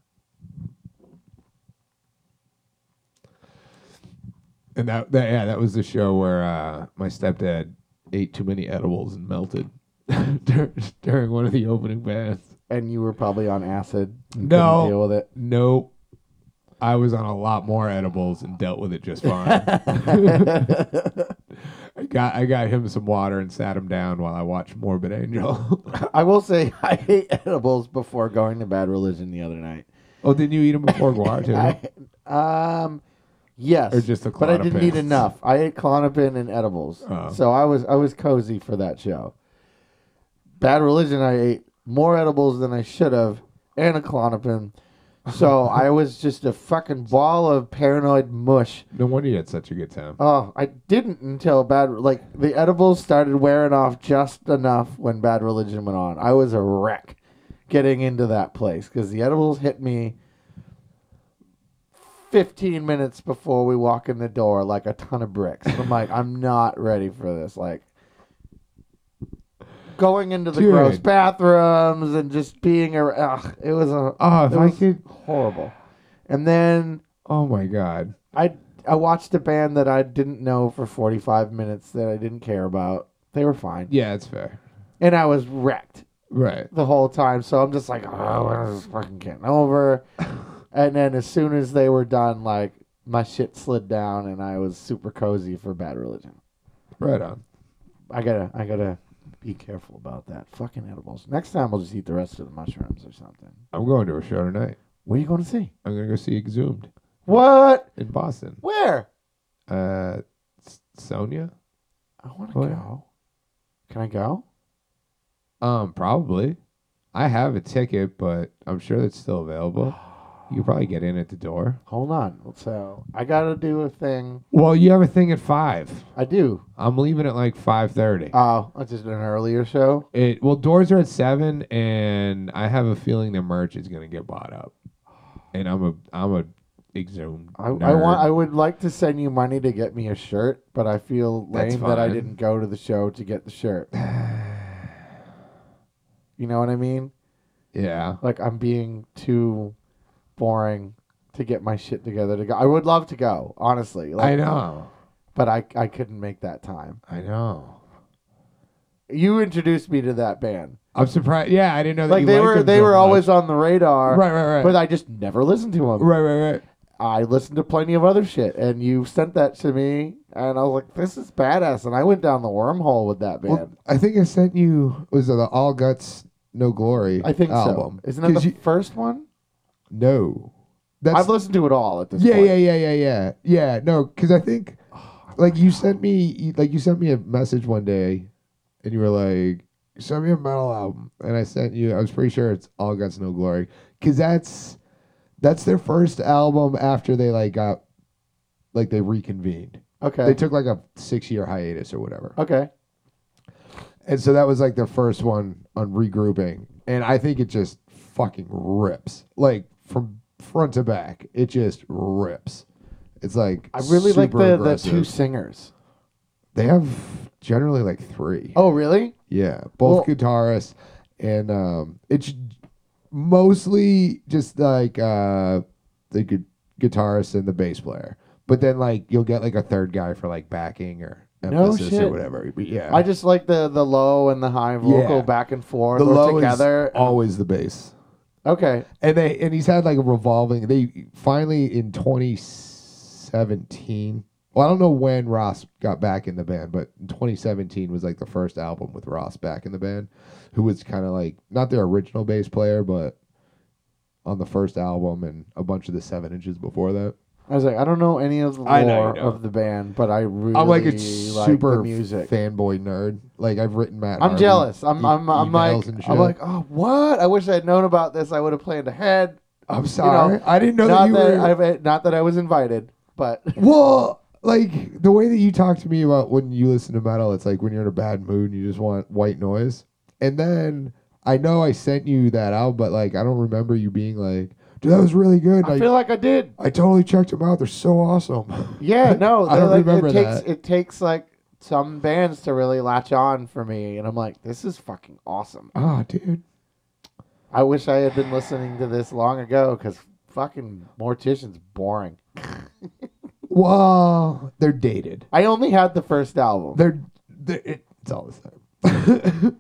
And that, that yeah, that was the show where uh my stepdad ate too many edibles and melted dur- during one of the opening bands. And you were probably on acid. and couldn't No. deal with it. Nope. I was on a lot more edibles and dealt with it just fine. I got I got him some water and sat him down while I watched Morbid Angel. I will say I ate edibles before going to Bad Religion the other night. oh, didn't you eat him before Guar too? I, um, yes, Or just the but I didn't eat Klonopin. enough. I ate Klonopin and edibles, Oh. so I was I was cozy for that show. Bad Religion, I ate more edibles than I should have, and a Klonopin, so I was just a fucking ball of paranoid mush. no wonder you had such a good time. Oh, I didn't until bad like the edibles started wearing off just enough when Bad Religion went on. I was a wreck getting into that place because the edibles hit me 15 minutes before we walk in the door like a ton of bricks. I'm like, I'm not ready for this. Like going into the gross Dude. bathrooms and just being a ugh, it was a Oh, if it I was could. horrible. And then Oh my God. I I watched a band that I didn't know for 45 minutes that I didn't care about. They were fine. Yeah, it's fair. And I was wrecked Right. the whole time. So I'm just like, oh, when is this fucking getting over? and then as soon as they were done, like, my shit slid down and I was super cozy for Bad Religion. Right on. I gotta, I gotta be careful about that. Fucking edibles. Next time I'll just eat the rest of the mushrooms or something. I'm going to a show tonight. What are you going to see? I'm gonna go see Exhumed What? in Boston. Where? Uh, S- Sonia. I want to Where? go. Can I go? Um, probably. I have a ticket, but I'm sure it's still available. You could probably get in at the door. Hold on. So I gotta do a thing. Well, you have a thing at five. I do. I'm leaving at like five thirty. Oh, I just did an earlier show. it well, doors are at seven, and I have a feeling the merch is gonna get bought up. And I'm a I'm a exhumed. I, I nerd. want. I would like to send you money to get me a shirt, but I feel That's lame that I fine. didn't go to the show to get the shirt. you know what I mean? yeah. Like I'm being too boring to get my shit together to go. I would love to go, honestly. Like, I know. but I I couldn't make that time. I know. You introduced me to that band. I'm surprised. Yeah, I didn't know that. Like you they liked were them they so were much. always on the radar, right, right, right, but I just never listened to them. right, right, right. I listened to plenty of other shit, and you sent that to me, and I was like, "This is badass," and I went down the wormhole with that band. Well, I think I sent you was it the All Guts No Glory I think album. so. Isn't that 'Cause the you- first one? no? That's I've listened to it all at this yeah, point. yeah, yeah, yeah, yeah, yeah. No, because I think like you sent me you- like you sent me a message one day, and you were like, "Send me a metal album," and I sent you. I was pretty sure it's All Guts No Glory because that's that's their first album after they like got like they reconvened. Okay. They took like a six year hiatus or whatever. okay. And so that was like their first one on regrouping. And I think it just fucking rips. Like from front to back, it just rips. It's like I really like super the, the aggressive. two singers. They have generally like three. Oh, really? Yeah, both Well- guitarists and um it's mostly just like uh the gu- guitarist and the bass player. But then like you'll get like a third guy for like backing or No emphasis or shit. whatever. But yeah. I just like the the low and the high vocal Yeah. back and forth the or low together. is always the bass. okay. and they and he's had like a revolving. They finally in 2017. Well, I don't know when Ross got back in the band, but in 2017 was like the first album with Ross back in the band, who was kind of like not their original bass player, but on the first album and a bunch of the seven inches before that. I was like, I don't know any of the I know you lore don't. of the band, but I really I'm like a like super the music. fanboy nerd. Like I've written Matt. I'm Harvey jealous. I'm e- I'm I'm emails like and shit. I'm like, oh what? I wish I'd known about this. I would have planned ahead. I'm sorry. I didn't know that Not you were. that, I've eh, not that I was invited, but Well, like the way that you talk to me about when you listen to metal, it's like when you're in a bad mood and you just want white noise. And then I know I sent you that out, but like I don't remember you being like, dude, that was really good. I Like, feel like I did. I totally checked them out. They're so awesome. Yeah, no, I don't like, remember it takes that. it takes like some bands to really latch on for me, and I'm like, this is fucking awesome. Ah, dude. I wish I had been listening to this long ago because fucking Mortician's boring. Well, they're dated. I only had the first album. They're, they're it, it's all the same.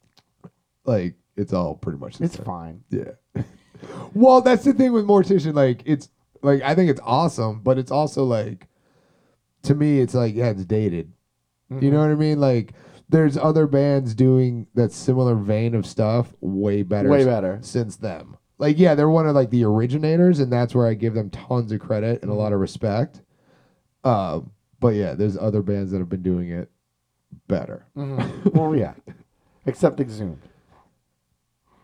like it's all pretty much the It's same. fine. Yeah. well, that's the thing with Mortician. Like, it's like I think it's awesome, but it's also like, to me, it's like yeah, it's dated. Mm-hmm. You know what I mean? Like, there's other bands doing that similar vein of stuff way better, Way better. since them. Like, yeah, they're one of like the originators, and that's where I give them tons of credit Mm-hmm. and a lot of respect. Uh, but yeah, there's other bands that have been doing it better. Mhm. well, yeah. Except Exhumed.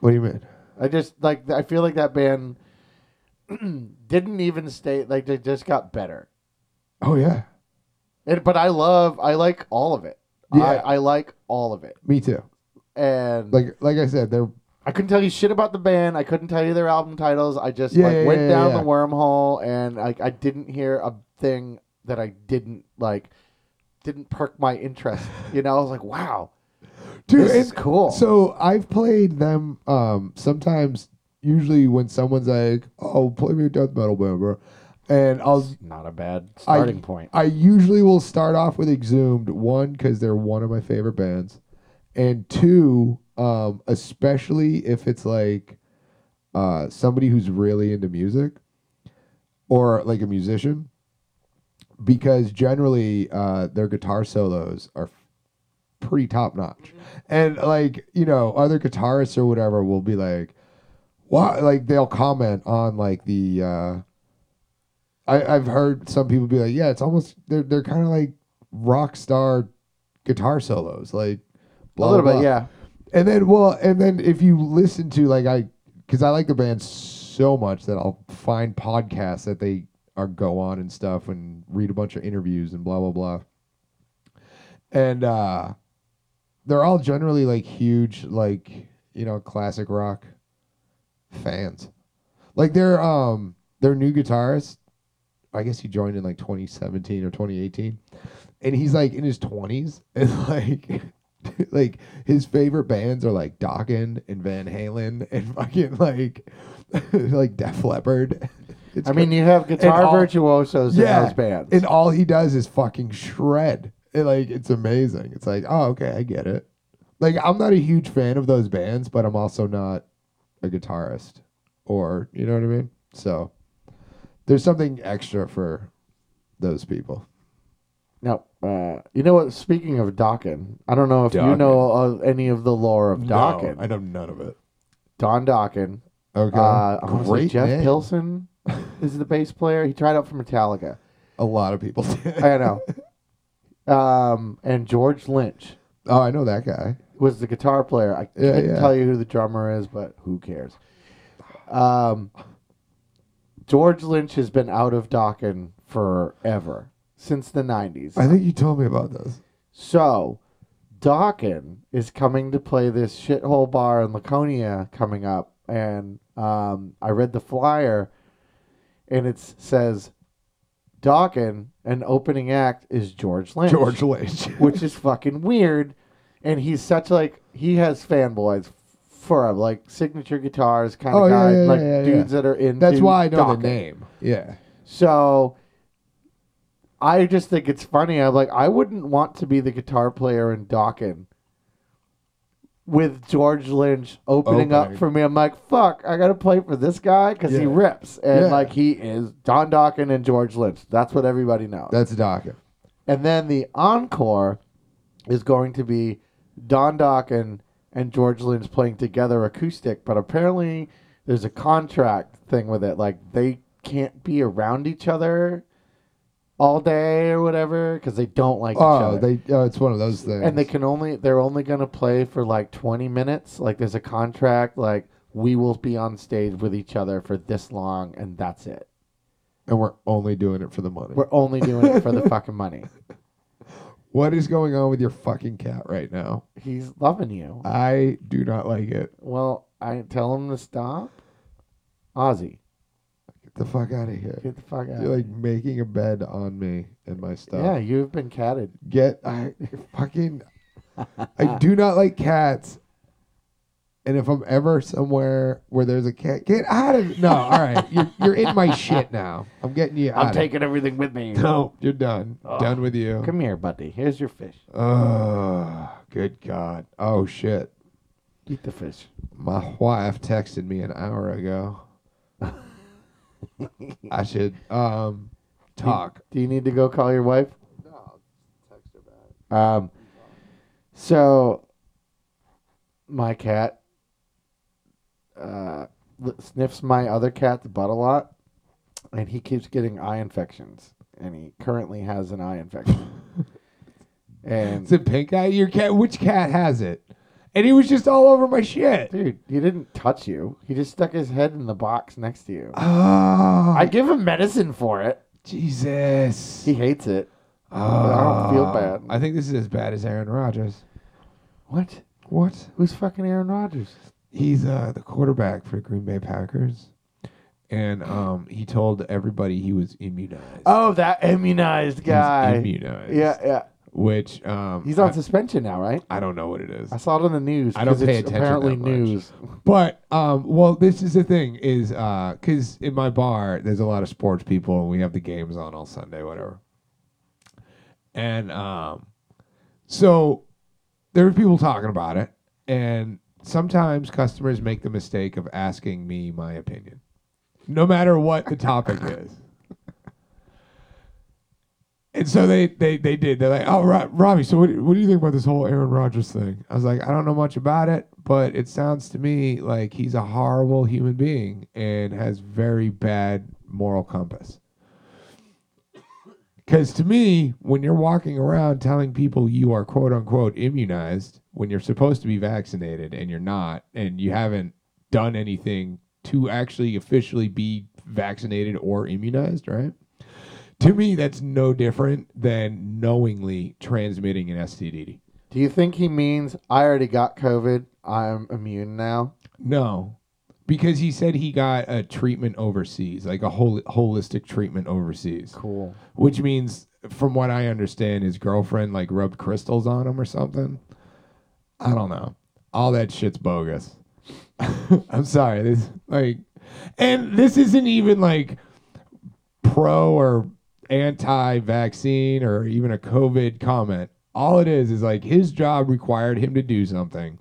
What do you mean? I just like I feel like that band didn't even stay like they just got better. Oh yeah, And but I love I like all of it. Yeah. I, I like all of it. me too. And like Like, like I said, they're I couldn't tell you shit about the band. I couldn't tell you their album titles. I just Yeah, like yeah, went yeah, down yeah. the wormhole and like I didn't hear a thing that I didn't like didn't perk my interest. You know, I was like, wow, dude. this is and- cool. So I've played them um, sometimes. Usually, when someone's like, "Oh, play me a death metal band," bro, and I'll not a bad I- starting point. I usually will start off with Exhumed one because they're one of my favorite bands, and two, um, especially if it's like uh, somebody who's really into music or like a musician, because generally uh, their guitar solos are pretty top notch, and like you know other guitarists or whatever will be like, "Wow!" Like they'll comment on like the. Uh, I, I've heard some people be like, yeah, it's almost they're they're kind of like rock star guitar solos, like blah, a little blah, bit, blah. yeah. And then well, and then if you listen to like I, because I like the band so much that I'll find podcasts that they are go on and stuff and read a bunch of interviews and blah blah blah. And uh, they're all generally like huge, like you know, classic rock fans. Like their um their new guitarist, I guess he joined in like 2017 or 2018, and he's like in his 20s and like. Like his favorite bands are like Dokken and Van Halen and fucking like like Def Leppard. It's I mean, you have guitar all- virtuosos in those bands. and all he does is fucking shred. It, like it's amazing. It's like, oh, okay, I get it. Like I'm not a huge fan of those bands, but I'm also not a guitarist, or you know what I mean. So there's something extra for those people. No, uh, you know what? Speaking of Dokken, I don't know if you Dokken. know of any of the lore of Dokken. know none of it. Don Dokken. Okay, Uh, I wanna say great. Jeff name. Pilson is the bass player. He tried out for Metallica. A lot of people. did. I know. Um, and George Lynch oh, I know that guy. was the guitar player. I Yeah, can't yeah. tell you who the drummer is, but who cares? Um, George Lynch has been out of Dokken forever since the 90s. I think you told me about this. So, Dawkin is coming to play this shithole bar in Laconia coming up, and um, I read the flyer, and it says Dawkin, an opening act is George Lynch, George Lynch. which is fucking weird, and he's such like he has fanboys forever, like signature guitars kind of Oh, yeah, guy, yeah, like yeah, yeah, dudes that are in. That's why I know the name. Yeah. So I just think it's funny. I'm like, I wouldn't want to be the guitar player in Dawkins with George Lynch opening up Opening. for me. I'm like, fuck, I gotta play for this guy because he Yeah. rips. And Yeah. like he is Don Dawkins and George Lynch. That's what everybody knows. That's Dokken. and then the encore is going to be Don Dawkins and George Lynch playing together acoustic, but apparently there's a contract thing with it. Like they can't be around each other all day or whatever because they don't like each Oh, other. they. Oh, it's one of those things. and they can only they're only gonna play for like 20 minutes. Like there's a contract. Like we will be on stage with each other for this long, and that's it. and we're only doing it for the money. We're only doing it for the fucking money. What is going on with your fucking cat right now? He's loving you. I do not like it. Well, I tell him to stop. Ozzy, Get the fuck out of here. get the fuck out. You're like making a bed on me and my stuff. yeah, you've been catted. Get I fucking I do not like cats. And if I'm ever somewhere where there's a cat, get out of no. All right, you're you're in my shit now. I'm getting you out. I'm of- taking everything with me. No, you're done. Ugh. Done with you. Come here, buddy. Here's your fish. Oh, good God. Oh shit. Eat the fish. My wife texted me an hour ago. I should um talk. Do you need to go call your wife? No, I'll text her back. Um, so my cat uh, li- sniffs my other cat's butt a lot, and he keeps getting eye infections, and he currently has an eye infection. and Is it pink eye? Your cat? Which cat has it? And he was just all over my shit. dude, he didn't touch you. He just stuck his head in the box next to you. Oh, I give him medicine for it. Jesus. He hates it. oh, I don't feel bad. I think this is as bad as Aaron Rodgers. What? What? Who's fucking Aaron Rodgers? He's uh, the quarterback for the Green Bay Packers, and um, he told everybody he was immunized. Oh, that immunized He's guy. immunized. Yeah, yeah. Which um, He's on I, suspension now, right? I don't know what it is. I saw it on the news. I don't 'cause pay it's attention Apparently, that much. news. But um, well, this is the thing is because in my bar there's a lot of sports people and we have the games on all Sunday, whatever. And um, so there were people talking about it, and sometimes customers make the mistake of asking me my opinion, no matter what the topic is. And so they, they they did. They're like, "Oh, Ro- Robbie, so what, what do you think about this whole Aaron Rodgers thing?" I was like, "I don't know much about it, but it sounds to me like he's a horrible human being and has very bad moral compass." Because to me, when you're walking around telling people you are quote unquote immunized when you're supposed to be vaccinated and you're not, and you haven't done anything to actually officially be vaccinated or immunized, right? To me, that's no different than knowingly transmitting an STD. Do you think he means I already got COVID? I'm immune now. No, because he said he got a treatment overseas, like a hol- holistic treatment overseas. Cool. which means from what i understand his girlfriend like rubbed crystals on him or something i don't know all that shit's bogus i'm sorry this like and this isn't even like pro or anti-vaccine or even a covid comment all it is is like his job required him to do something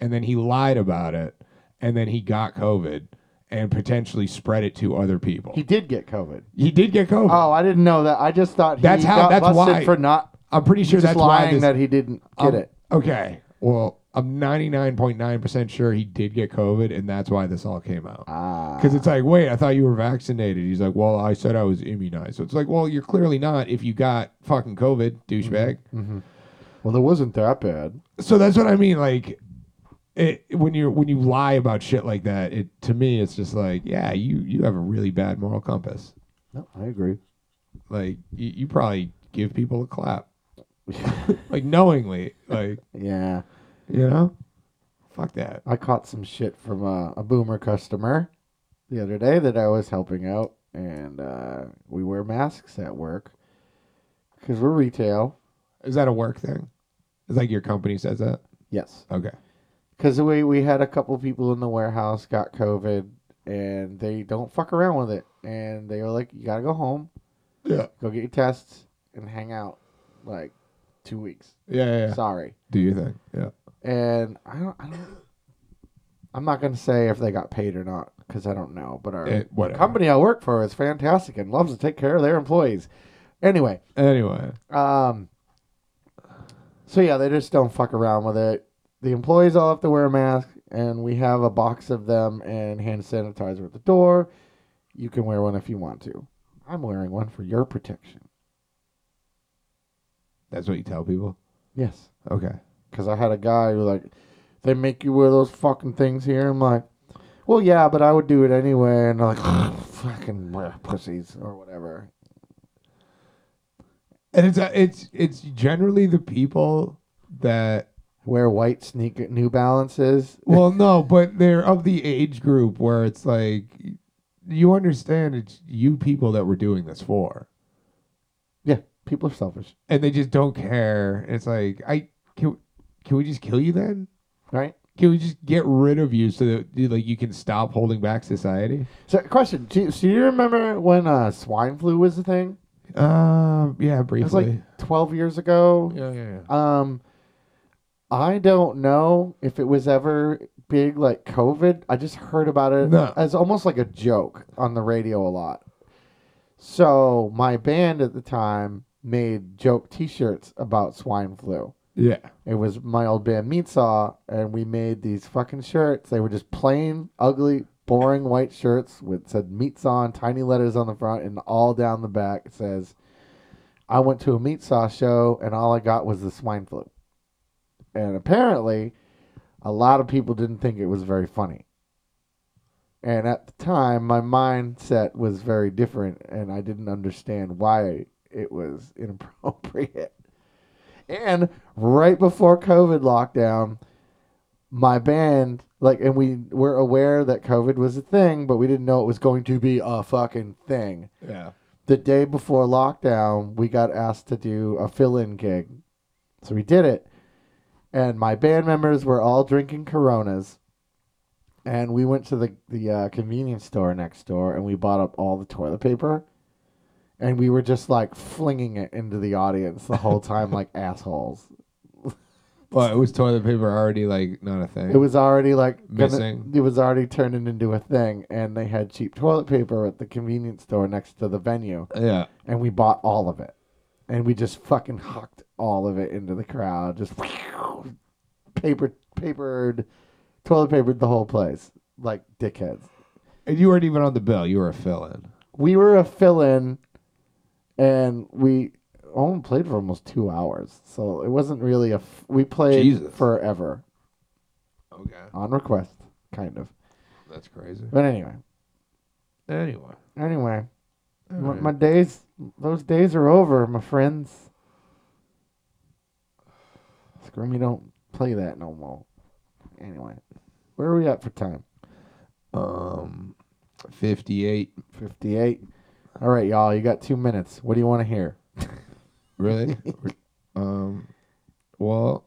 and then he lied about it and then he got covid and potentially spread it to other people He he, did get COVID. did get covid Oh, I didn't know that. I just thought he That's how- got that's busted why- for not I'm pretty sure just that's why lying this, that he didn't get I'm- it. Okay. Well, I'm 99.9% sure he did get COVID, and that's why this all came out. Ah. Because it's like, wait, I thought you were vaccinated. He's like, well, I said I was immunized. So it's like, well, you're clearly not if you got fucking COVID, douchebag. mm-hmm. Well, it wasn't that bad. So that's what I mean. Like, it, when you when you lie about shit like that, it to me, it's just like, yeah, you you have a really bad moral compass. No, I agree. Like, you, you probably give people a clap, like knowingly, like yeah. you know, fuck that. I caught some shit from a, a boomer customer the other day that I was helping out, and uh, we wear masks at work because we're retail. Is that a work thing? It's like your company says that. Yes, Okay. because we we had a couple people in the warehouse got COVID, and they don't fuck around with it, and they were like, "You gotta go home, Yeah. go get your tests, and hang out like two weeks." Yeah. Yeah. yeah. Sorry, Do you think? Yeah. and I don't, I don't. I'm not gonna say if they got paid or not because I don't know, but our It, whatever. company I work for is fantastic and loves to take care of their employees. Anyway, Anyway. um, so yeah, they just don't fuck around with it. The employees all have to wear a mask, and we have a box of them and hand sanitizer at the door. You can wear one if you want to. I'm wearing one for your protection. That's what you tell people. Yes. Okay. Because I had a guy who, like, they make you wear those fucking things here. I'm like, well, yeah, but I would do it anyway. And they're like, fucking uh, pussies or whatever. And it's uh, it's it's generally the people that Wear white sneaker New Balances. well no, but they're of the age group where it's like you understand it's you people that we're doing this for, Yeah, people are selfish, and they just don't care. It's like I can can we just kill you then? right? Can we just get rid of you so that you- like you can stop holding back society? So, question: Do you, so you remember when uh, swine flu was a thing? Um, yeah, It was like briefly. twelve years ago. yeah, yeah, yeah. Um, I don't know if it was ever big like COVID. I just heard about it No. as almost like a joke on the radio a lot. So my band at the time made joke T-shirts about swine flu. Yeah. It was my old band Meat Saw, and we made these fucking shirts. They were just plain, ugly, boring white shirts with said Meat Saw in tiny letters on the front, and all down the back it says, "I went to a Meat Saw show, and all I got was the swine flu." And apparently, a lot of people didn't think it was very funny. And at the time, my mindset was very different, and I didn't understand why it was inappropriate. And right before COVID lockdown, my band, like, and we were aware that COVID was a thing, but we didn't know it was going to be a fucking thing. Yeah. The day before lockdown, we got asked to do a fill in gig. So we did it. And my band members were all drinking Coronas. And we went to the, the uh, convenience store next door and we bought up all the toilet paper. And we were just like flinging it into the audience the whole time, like assholes. Well, it was toilet paper already like not a thing. It was already like gonna- Missing. it was already turning into a thing, and they had cheap toilet paper at the convenience store next to the venue, yeah. and we bought all of it, and we just fucking hucked all of it into the crowd, just paper papered, toilet papered the whole place like dickheads. And you weren't even on the bill. You were a fill-in. We were a fill in, and we only played for almost two hours, so it wasn't really a. F- we played Jesus. forever Okay. on request, kind of. That's crazy. But anyway. Anyway. Anyway, my, my days, those days are over, my friends. Screw me, don't play that no more. Anyway, where are we at for time? Um, fifty-eight. 58. All right, y'all, you got two minutes. What do you want to hear? Really? um, well,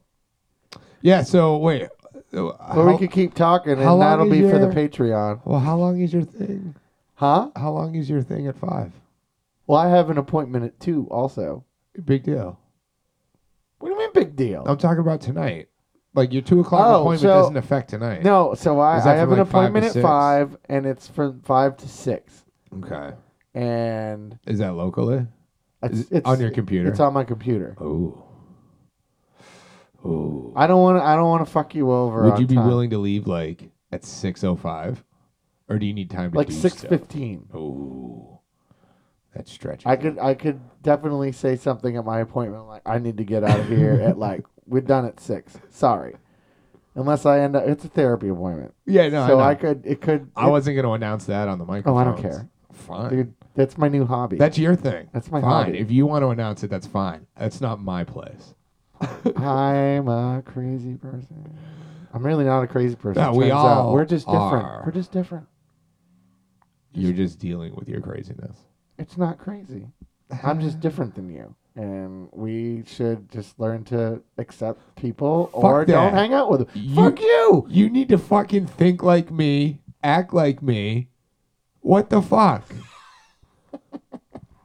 yeah. So wait. So Or how- we could keep talking, and how long is that'll be for the your- Patreon. well, how long is your thing? Huh? How long is your thing at five? Well, I have an appointment at 2 also. Big deal. What do you mean, big deal? I'm talking about tonight. Like your two o'clock Oh, appointment so- doesn't affect tonight. no, so I, Is that I have from an like five to appointment at six? 5, and it's from 5 to 6. Okay. And Is that locally? it's, Is it it's on your computer? It's on my computer. oh. Oh. I don't want to. I don't want to fuck you over. Would on you be time. willing to leave like at six oh five, or do you need time to Like do six stuff? fifteen. Oh, that's stretching. I could. I could definitely say something at my appointment. Like I need to get out of here at like we're done at six. Sorry, unless I end up. It's a therapy appointment, Yeah, no, so I, I, know. could. It could. I wasn't going to announce that on the microphone. Oh, I don't care. Fine, Dude, that's my new hobby. that's your thing. That's my fine. hobby. If you want to announce it, that's fine. That's not my place. I'm a crazy person. I'm really not a crazy person. No, we turns out. all We're just are. different. We're just different. You're just dealing with your craziness. It's not crazy. I'm just different than you. And we should just learn to accept people or that. don't hang out with them. You- Fuck you! You need to fucking think like me, act like me. What the fuck?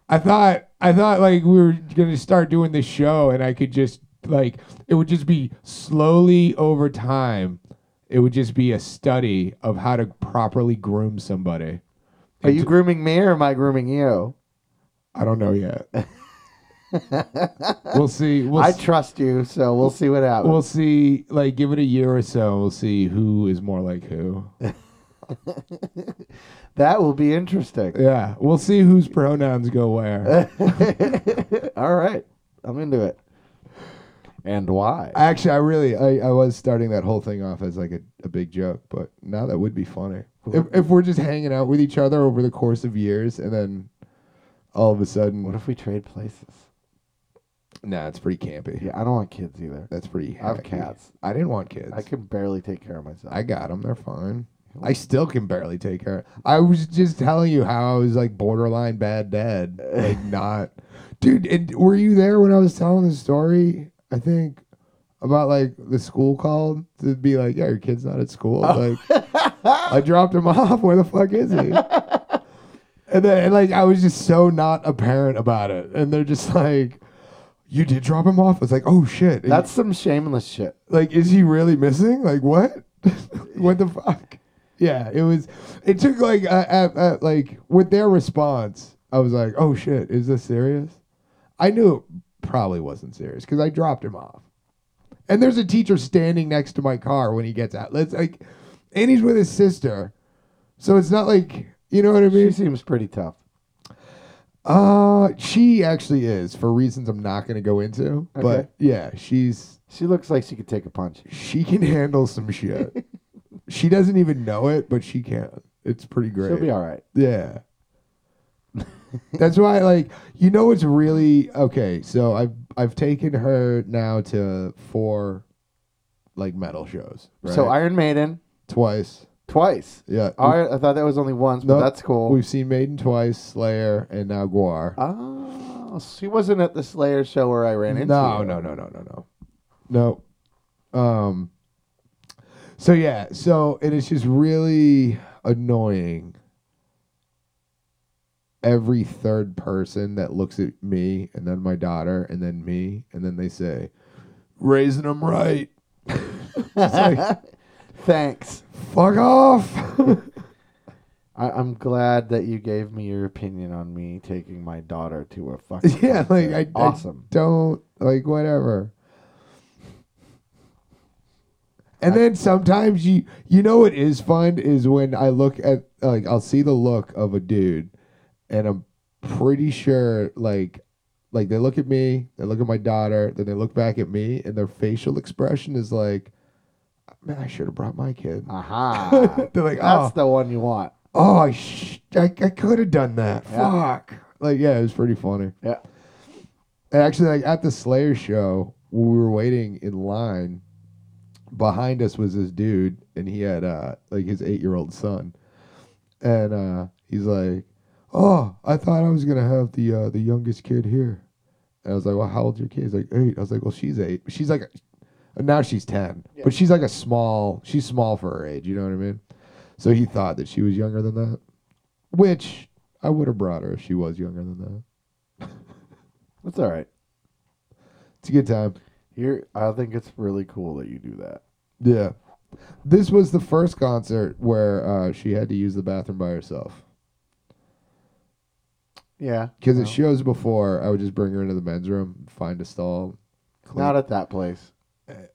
I thought I thought like we were gonna start doing this show and I could just like it would just be slowly over time. It would just be a study of how to properly groom somebody. Are you grooming me or am I grooming you? I don't know yet. We'll see. We'll I s- trust you, so we'll see what happens. we'll see. Like, give it a year or so. We'll see who is more like who. that will be interesting. Yeah, we'll see whose pronouns go where. All right, I'm into it. And why? Actually, I really, I, I was starting that whole thing off as like a, a big joke, but now that would be funny. If, if we're just hanging out with each other over the course of years and then all of a sudden, what if we trade places? nah, it's pretty campy. Yeah, I don't want kids either. That's pretty I have hacky. cats. I didn't want kids. I can barely take care of myself. I got them. They're fine. I still can barely take care. I was just telling you how I was like borderline bad dad. Like not, dude. And were you there when I was telling the story? I think about like the school called to be like, yeah, your kid's not at school. Like, I dropped him off. Where the fuck is he? And then and, like I was just so not apparent about it. And they're just like, you did drop him off. It's like, oh shit. And That's some shameless shit. like is he really missing like what what the fuck yeah it was it took like uh, uh, uh, like with their response i was like oh shit is this serious i knew it probably wasn't serious because i dropped him off and there's a teacher standing next to my car when he gets out let's like and he's with his sister so it's not like you know what i She mean seems pretty tough. uh she actually is for reasons i'm not going to go into Okay. but yeah she's She looks like she could take a punch. she can handle some shit. she doesn't even know it, but she can. It's pretty great. She'll be all right. Yeah. That's why like you know it's really okay, so I've I've taken her now to four like metal shows. Right? So Iron Maiden twice. twice. Yeah. I, I thought that was only once, but Nope. that's cool. We've seen Maiden twice, Slayer, and now Guar. Oh, she wasn't at the Slayer show where I ran into. No, her. no, no, no, no, no. No. Um so yeah, so and it's just really annoying every third person that looks at me and then my daughter and then me and then they say raising them right. it's like Thanks. fuck off. I, I'm glad that you gave me your opinion on me taking my daughter to a fucking. yeah, like concert. I, awesome. I don't like whatever. And then sometimes you you know what is fun is when I look at like I'll see the look of a dude and I'm pretty sure like like they look at me, they look at my daughter, then they look back at me and their facial expression is like man, I should have brought my kid. Aha. They're like, "Oh, Ah, That's the one you want. oh, I sh- I, I could have done that. Yeah. Fuck." Like yeah, it was pretty funny. Yeah. And actually, like at the Slayer show, when we were waiting in line, behind us was this dude, and he had uh like his eight year old son, and uh he's like, "Oh, I thought I was gonna have the uh, the youngest kid here," and I was like, "Well, how old's your kid?" He's like, eight. I was like, "Well, she's eight. She's like, a, now she's ten, but she's like a small. She's small for her age. You know what I mean?" So he thought that she was younger than that, which I would have brought her if she was younger than that. That's all right. It's a good time. Here, I think it's really cool that you do that. Yeah. This was the first concert where uh, she had to use the bathroom by herself. Yeah. Because no, at shows before, I would just bring her into the men's room, find a stall. clean- not at that place.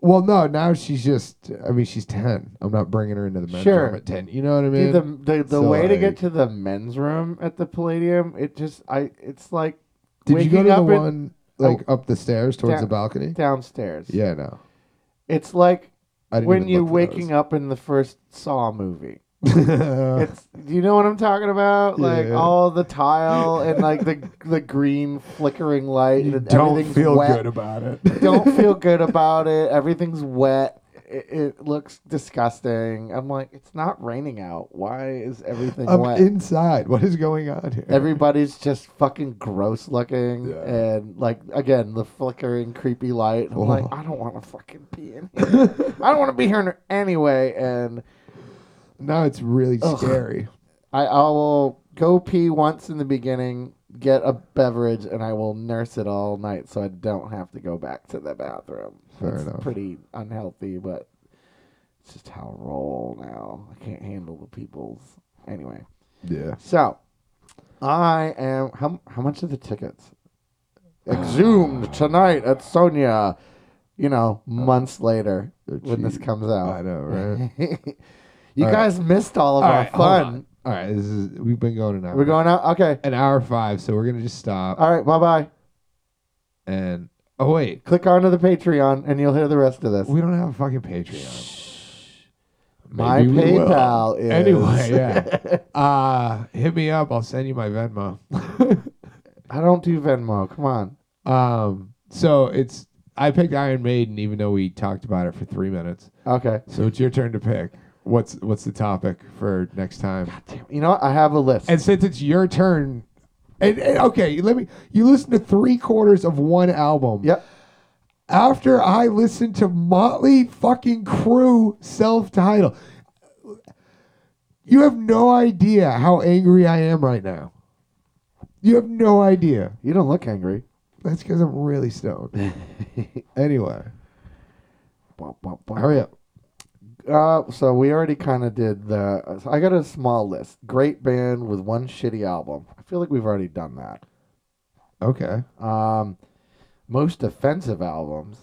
well, no, now she's just, I mean, she's 10. I'm not bringing her into the men's Sure. room at 10. You know what I mean? Dude, the the, the so, way to like- get to the men's room at the Palladium, it just I it's like Did you go waking to the up in- Oh. one, like, up the stairs towards Down- the balcony? downstairs. Yeah, no. It's like I didn't when you're waking up in the first Saw movie. It's do you know what I'm talking about? Like Yeah. all the tile and like the the green flickering light. and don't everything's feel wet. good about it. don't feel good about it. Everything's wet. It, it looks disgusting. I'm like, it's not raining out. Why is everything I'm wet? inside. What is going on here? Everybody's just fucking gross looking, Yeah. and like again the flickering, creepy light. I'm like, Oh. I don't want to fucking be in here. I don't want to be here anyway. And now it's really Ugh. scary. I, I will go pee once in the beginning, get a beverage, and I will nurse it all night so I don't have to go back to the bathroom. Fair That's enough. pretty unhealthy, but it's just how I roll now. I can't handle the people's. Anyway, Yeah. so I am. How, how much are the tickets? exhumed tonight at Sonia. You know, months later Oh, when this gee. comes out. I know, right? you All right. guys missed all of All our right, hold fun. on. All right, this is we've been going an hour. We're going out. Okay. an hour five, so we're gonna just stop All right. Bye bye. and oh wait, Click onto the Patreon and you'll hear the rest of this. we don't have a fucking Patreon. My Maybe we will. PayPal is Anyway, yeah. uh, hit me up. I'll send you my Venmo. I don't do Venmo. Come on. um, so it's I picked Iron Maiden, even though we talked about it for three minutes. Okay. So it's your turn to pick. What's what's the topic for next time? You know what? I have a list. And since it's your turn, and, and- okay, let me. You listen to three quarters of one album. yep. After I listened to Motley fucking Crew self title, you have no idea how angry I am right now. You have no idea. You don't look angry. That's because I'm really stoned. anyway, hurry up. Uh, so we already kind of did the. I got a small list. Great band with one shitty album. I feel like we've already done that. Okay, Um, most offensive albums.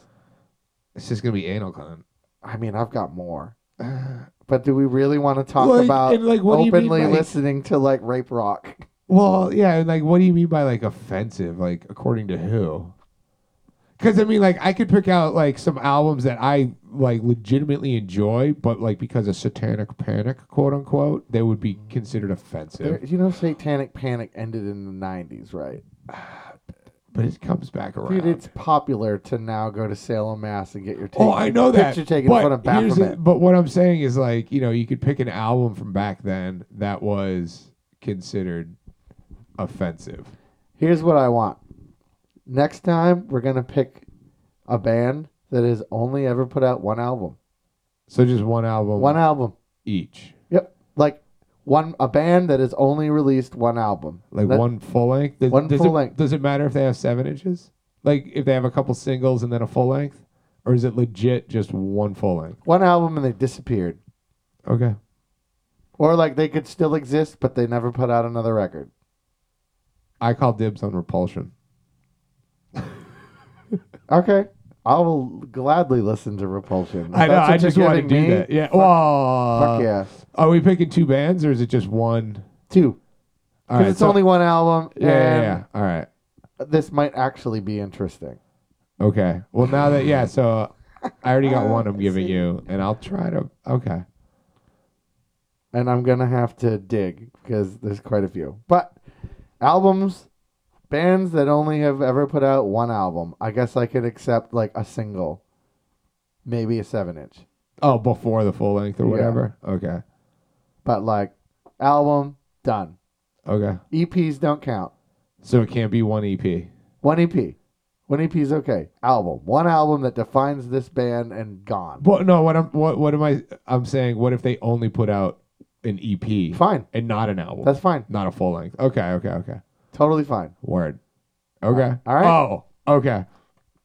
it's just gonna be anal cunt. I mean, I've got more. But do we really want to talk Like, about and, like, what do you mean openly by- listening to like rape rock? Well, yeah, and like, what do you mean by like offensive? Like, according to who? Because I mean, like, I could pick out like some albums that I like legitimately enjoy, but like because of Satanic Panic, quote unquote, they would be considered There, offensive. you know, Satanic Panic ended in the '90s, right? But it comes back around. Dude, it's popular to now go to Salem, Mass, and get your oh, take- I know that. picture taken but in front of here's the- Baphomet. but what I'm saying is like, you know, you could pick an album from back then that was considered offensive. Here's what I want. Next time, we're gonna pick a band that has only ever put out one album. So just one album, One album. each, Yep. Like one a band that has only released one album. like That- one full length. Does, one does full it, length. Does it matter if they have seven inches? Like if they have a couple singles and then a full length, or is it legit just one full length? one album and they disappeared. Okay. Or like they could still exist, but they never put out another record. I call dibs on Repulsion. Okay. I will gladly listen to Repulsion. If I know. that's I what you're just want to giving do me, that. Uh, Yeah. Well, Fuck yeah. Are we picking two bands or is it just one? Two. All Because right. it's so- only um, one album. yeah, yeah, and yeah. All right. This might actually be interesting. Okay. Well, now that yeah, so I already got one. I'm I giving see. you, and I'll try to. Okay. and I'm gonna have to dig because there's quite a few. But albums, bands that only have ever put out one album, I guess I could accept like a single, maybe a seven inch. Oh, before the full length or Yeah. whatever. Okay. But like album done. Okay. EPs don't count. So it can't be one E EP. One EP. One EP is okay. Album. One album that defines this band and gone. But no, what I'm what what am I? I'm saying, what if they only put out an EP Fine. and not an album? That's fine. not a full length. Okay, okay, okay. Totally fine. Word. Okay. All right. Oh, okay.